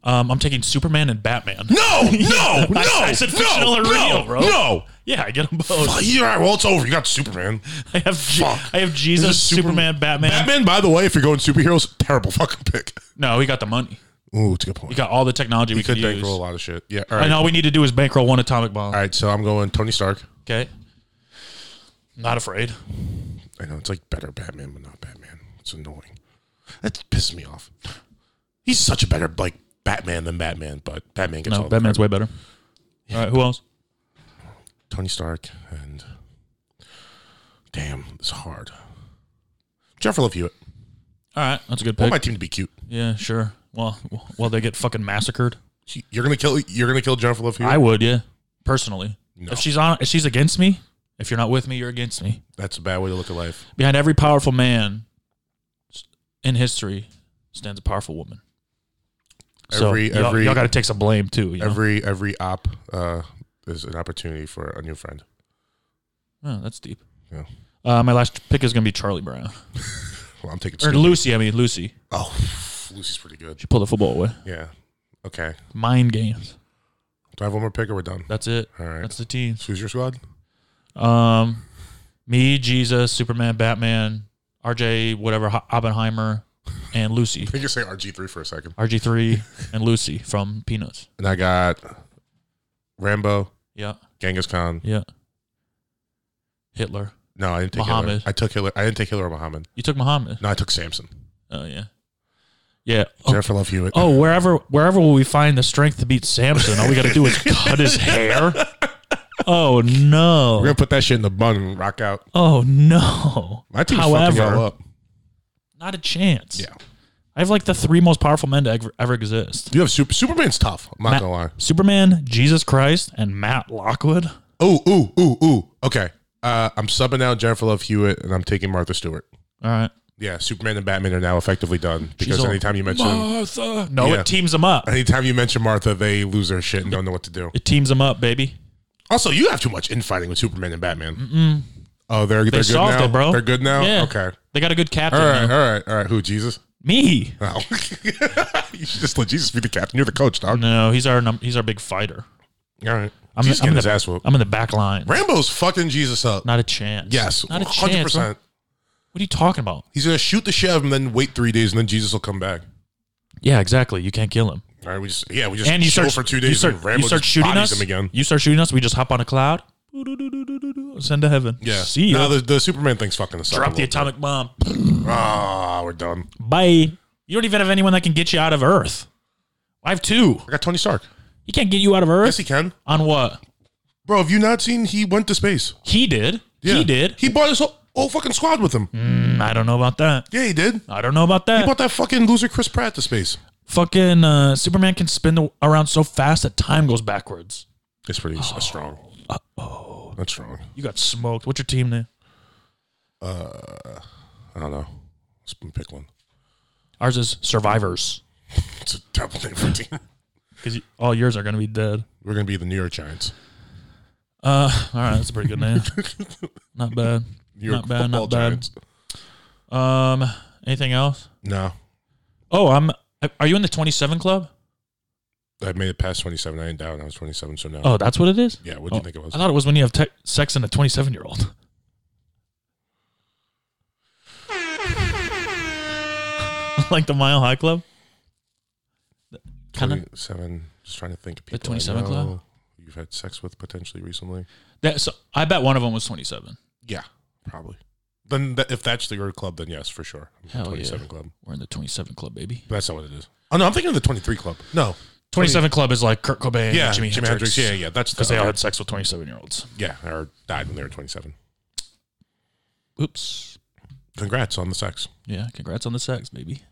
S4: Um, I'm taking Superman and Batman.
S3: No, no, no.
S4: I said fictional or real, bro.
S3: No.
S4: Yeah, I get them both.
S3: Fuck, you- all right, well, it's over. You got Superman.
S4: I have Je-
S3: Fuck.
S4: I have Jesus,
S3: This is super-
S4: Superman, Batman.
S3: Batman, by the way, if you're going superheroes, terrible fucking pick.
S4: No, he got the money.
S3: Ooh, it's a good
S4: He
S3: point.
S4: got all the technology we
S3: You could
S4: could use.
S3: bankroll a lot of shit. Yeah. All right.
S4: And all we need to do is bankroll one atomic bomb.
S3: All right. So I'm going Tony Stark.
S4: Okay. Not afraid.
S3: I know it's like better Batman, but not Batman. It's annoying. That pisses me off. He's such a better like Batman than Batman, but Batman gets
S4: No,
S3: all
S4: Batman's
S3: the
S4: way better. All right, who else?
S3: credit. Tony Stark and damn, it's hard. Jennifer Love Hewitt.
S4: All right, that's a good
S3: I
S4: pick.
S3: want Oh my team to be cute.
S4: yeah, sure. Well, well, they get fucking massacred.
S3: She- You're gonna kill. You're gonna kill Jennifer Love Hewitt.
S4: I would, yeah, personally.
S3: No.
S4: If she's on, if she's against me, if you're not with me, you're against me.
S3: That's a bad way to look at life.
S4: Behind every powerful man s- in history stands a powerful woman.
S3: Every-
S4: so y'all-
S3: every-
S4: y'all got to take some blame too. You every,
S3: Every every op uh, is an opportunity for a new friend.
S4: know? Oh, that's deep.
S3: Yeah.
S4: Uh, my last pick is gonna be Charlie Brown
S3: Well, I'm taking.
S4: or
S3: Snoop.
S4: Lucy. I mean Lucy.
S3: oh, Lucy's pretty good.
S4: She pulled the football away.
S3: Yeah. Okay.
S4: Mind games.
S3: Do I have one more pick or we're done?
S4: That's it.
S3: All right.
S4: That's the teams.
S3: Who's your squad?
S4: Um, me, Jesus, Superman, Batman, RJ, whatever, Ho- Oppenheimer, and Lucy.
S3: I think you say RG three for a second.
S4: RG3 and Lucy from Peanuts.
S3: And I got Rambo,
S4: Yeah,
S3: Genghis Khan.
S4: yeah. Hitler.
S3: No, I didn't take
S4: Muhammad.
S3: Hitler. I took Hitler. I didn't take Hitler or Muhammad.
S4: You took Muhammad.
S3: No, I took Samson.
S4: Oh yeah, yeah. Oh,
S3: Jennifer Love Hewitt.
S4: oh, wherever wherever will we find the strength to beat Samson? All we got to do is cut his hair. Oh
S3: We're
S4: no!
S3: gonna put that shit in the bun and rock out.
S4: Oh no!
S3: My team's fucking y'all up.
S4: not a chance.
S3: Yeah,
S4: I have like the three most powerful men to ever, ever exist.
S3: you have super, Superman's tough. I'm not
S4: Matt-
S3: gonna lie.
S4: Superman, Jesus Christ, and Matt Lockwood.
S3: Ooh, ooh, ooh, ooh. Okay, uh, I'm subbing out Jennifer Love Hewitt and I'm taking Martha Stewart.
S4: All right.
S3: Yeah, Superman and Batman are now effectively done because
S4: all-
S3: anytime you mention
S4: Martha. No,
S3: Yeah.
S4: it teams them up.
S3: anytime you mention Martha, they lose their shit and don't know what to do.
S4: It teams them up, baby.
S3: Also, you have too much infighting with Superman and Batman. Oh, they're, they're good
S4: solved
S3: now.
S4: it, bro.
S3: They're good now.
S4: Yeah.
S3: Okay.
S4: They got a good captain.
S3: All right. All
S4: now.
S3: right. All right. Who? Jesus?
S4: Me?
S3: No. you should just let Jesus be the captain. You're the coach, dog.
S4: No, he's our num- he's our big fighter.
S3: All right.
S4: I'm,
S3: Jesus
S4: I'm
S3: getting
S4: in
S3: his
S4: the,
S3: ass whooped.
S4: I'm in the back line.
S3: Rambo's fucking Jesus up.
S4: Not a chance.
S3: yes.
S4: Not a
S3: Hundred
S4: chance. What
S3: percent.
S4: what are you talking about?
S3: He's gonna shoot the shit out of him, then wait three days, and then Jesus will come back.
S4: Yeah, exactly. You can't kill him.
S3: All right. We just yeah. We just
S4: And you
S3: chill
S4: start
S3: for two
S4: You
S3: days.
S4: start,
S3: and Rambo
S4: you start
S3: just
S4: shooting
S3: bodies
S4: us
S3: him again.
S4: You start shooting us. We just hop on a cloud. Doo-doo-doo-doo-doo-doo. Send to heaven.
S3: Yeah.
S4: See you.
S3: No, the, the Superman thing's fucking us up a
S4: Drop the
S3: little
S4: atomic bomb.
S3: bit. Ah, we're done.
S4: Bye. You don't even have anyone that can get you out of Earth. I have two.
S3: I got Tony Stark.
S4: He can't get you out of Earth
S3: Yes, he can.
S4: on what
S3: Bro, have you not seen? He went to space.
S4: he did. He did.
S3: He brought his whole, whole fucking squad with him.
S4: Mm, I don't know about that.
S3: Yeah, he did.
S4: I don't know about
S3: He
S4: that.
S3: brought that fucking loser Chris Pratt to space.
S4: Fucking uh, Superman can spin the, around so fast that time goes backwards.
S3: It's pretty s- strong. Oh, that's strong.
S4: You got smoked. What's your team name?
S3: I don't know. Let's pick one.
S4: Ours is Survivors.
S3: It's a terrible name for a team.
S4: Because all yours are going to be dead.
S3: We're gonna be the New York Giants.
S4: Uh, all right, that's a pretty good name. not bad.
S3: New York
S4: not bad.
S3: Football
S4: Not bad.
S3: Giants.
S4: Um, anything else?
S3: No,
S4: Oh, I'm. Are you in the 27 club?
S3: I made it past 27. I ain't down. I was 27, so no.
S4: Oh, that's what it is. Oh,
S3: yeah, what do you think it was?
S4: I thought it was when you have te- sex in a 27 year old. like the Mile High Club? Kind of.
S3: 27. Just trying to think of people. I
S4: 27 club?
S3: know You've had sex with potentially recently.
S4: That, so I bet one of them was 27.
S3: Yeah, probably. Then th- if that's the your club, then yes, for sure.
S4: Hell yeah.
S3: 27 club.
S4: We're in the 27 Club, baby.
S3: But that's not what it is. Oh no, I'm thinking of the 23 club. No.
S4: 27 Club is like Kurt Cobain,
S3: Yeah,
S4: Jimi, Hendrix.
S3: Yeah, yeah, that's the-
S4: Because they all had sex with 27 year olds.
S3: Yeah, or died when they were 27.
S4: Oops.
S3: Congrats on the sex.
S4: Yeah, congrats on the sex, baby.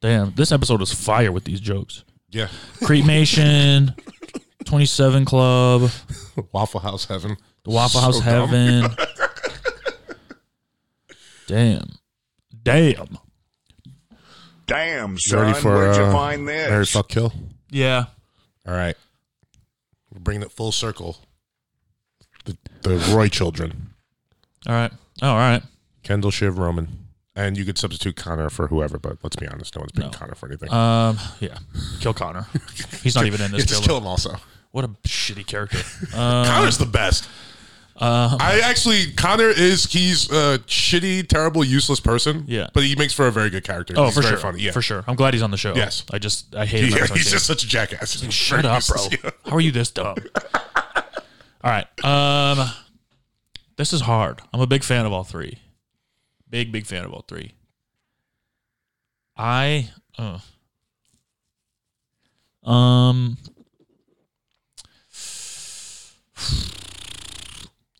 S4: Damn, this episode was fire with these jokes.
S3: Yeah.
S4: Cremation, 27 Club,
S3: Waffle House heaven.
S4: the Waffle House
S3: So dumb.
S4: Heaven. Damn. Damn.
S5: Damn,
S3: You
S5: son,
S3: ready for
S5: where'd
S3: uh,
S5: you find
S3: Mary
S5: this?
S3: fuck kill?
S4: Yeah.
S3: All right. We're bringing it full circle. The, the Roy children.
S4: All right. Oh, all right.
S3: Kendall, Shiv, Roman. And you could substitute Connor for whoever, but let's be honest, no one's picking
S4: No.
S3: Connor for anything.
S4: Um, yeah. Kill Connor. He's not even in
S3: yeah,
S4: this
S3: just
S4: building.
S3: kill him also.
S4: What a shitty character. Uh,
S3: Connor's the best. I actually, Connor is, he's a shitty, terrible, useless person.
S4: Yeah.
S3: But he makes for a very good character.
S4: Oh,
S3: He's
S4: for
S3: very
S4: sure.
S3: funny. Yeah.
S4: For sure. I'm glad he's on the show.
S3: Yes.
S4: I just I hate him.
S3: Yeah,
S4: every time I
S3: he's
S4: see
S3: just such a jackass. He's
S4: Shut
S3: very
S4: up, bro.
S3: useless.
S4: How are you this dumb? all right. Um, this is hard. I'm a big fan of all three. Big, big fan of all three. I, uh, um,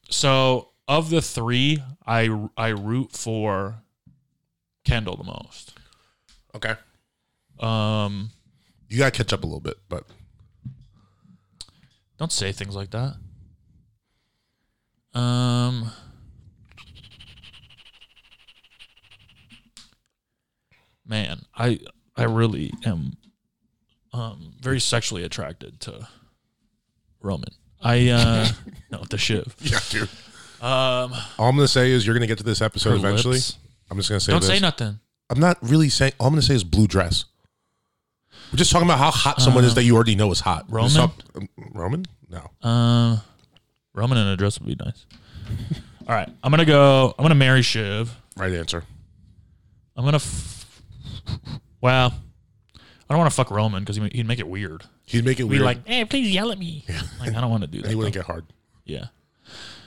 S4: so of the three, I I root for Kendall the most.
S3: Okay.
S4: Um,
S3: You got to catch up a little bit, but
S4: Don't say things like that. Um. Man, I I really am um very sexually attracted to Roman. I uh no the Shiv.
S3: yeah, dude.
S4: Um
S3: All I'm going to say is you're going to get to this episode
S4: her
S3: eventually.
S4: lips.
S3: I'm just going to say
S4: Don't
S3: this.
S4: say nothing.
S3: I'm not really saying. All I'm going to say is blue dress. We're just talking about how hot someone is that you already know is hot. We're just
S4: Uh, Roman?
S3: talk- um, Roman? No.
S4: Um Roman and a dress would be nice. All right, I'm gonna go. I'm gonna marry Shiv.
S3: Right answer.
S4: I'm gonna. F- well, I don't want to fuck Roman because he'd make it weird.
S3: He'd make it
S4: Be
S3: weird.
S4: like, hey, please yell at me. Like, I don't want to do
S3: and he
S4: that.
S3: wouldn't get hard.
S4: Yeah.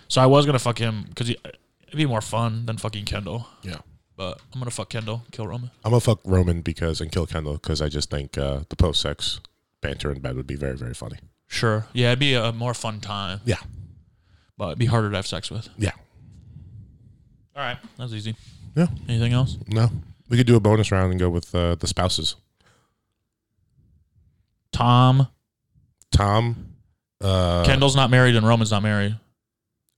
S4: So I was gonna fuck him because it'd be more fun than fucking Kendall.
S3: Yeah.
S4: But I'm gonna fuck Kendall, kill Roman.
S3: I'm going to fuck Roman because and kill Kendall because I just think uh, the post sex banter in bed would be very, very funny.
S4: Sure. Yeah, it'd be a more fun time,
S3: Yeah.
S4: but it'd be harder to have sex with.
S3: Yeah.
S4: All right, that was easy.
S3: Yeah.
S4: Anything else?
S3: No. We could do a bonus round and go with uh, the spouses.
S4: Tom,
S3: Tom. Uh,
S4: Kendall's not married and Roman's not married.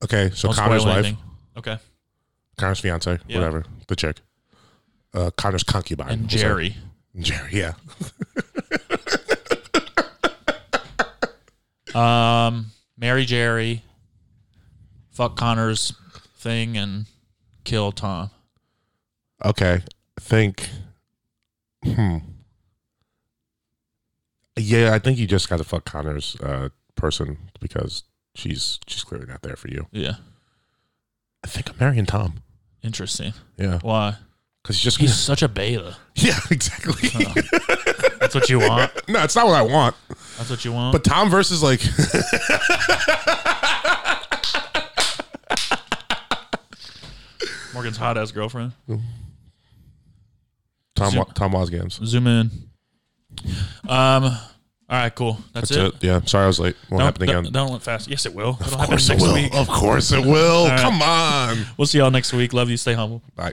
S3: Okay. So
S4: Don't
S3: Connor's
S4: spoil
S3: wife.
S4: anything. Okay.
S3: Connor's fiance,
S4: Yeah.
S3: whatever, the chick. Uh, Connor's concubine.
S4: And
S3: we'll say.
S4: Jerry.
S3: Jerry, yeah.
S4: Um, marry Jerry. Fuck Connor's thing and kill Tom.
S3: Okay. I think. Hmm. Yeah, I think you just got to fuck Connor's uh, person because she's she's clearly not there for you.
S4: Yeah.
S3: I think I'm marrying Tom.
S4: Interesting.
S3: Yeah,
S4: Why?
S3: because he's just
S4: He's such a beta.
S3: yeah, exactly.
S4: That's what you want.
S3: no, it's not what I want.
S4: That's what you want.
S3: But Tom versus like
S4: Morgan's hot ass girlfriend.
S3: Tom
S4: Zoom-
S3: Wa- Tom Wasgams.
S4: Zoom in. Um. All right. Cool. That's,
S3: That's it.
S4: it.
S3: Yeah, sorry I was late. Won't
S4: Don't,
S3: happen again.
S4: don't- don't let fast. Yes, it will. It'll
S3: of
S4: happen
S3: course it
S4: next
S3: will.
S4: week.
S3: Of course it will.
S4: right.
S3: Come on.
S4: We'll see y'all next week. Love you. Stay humble.
S3: Bye.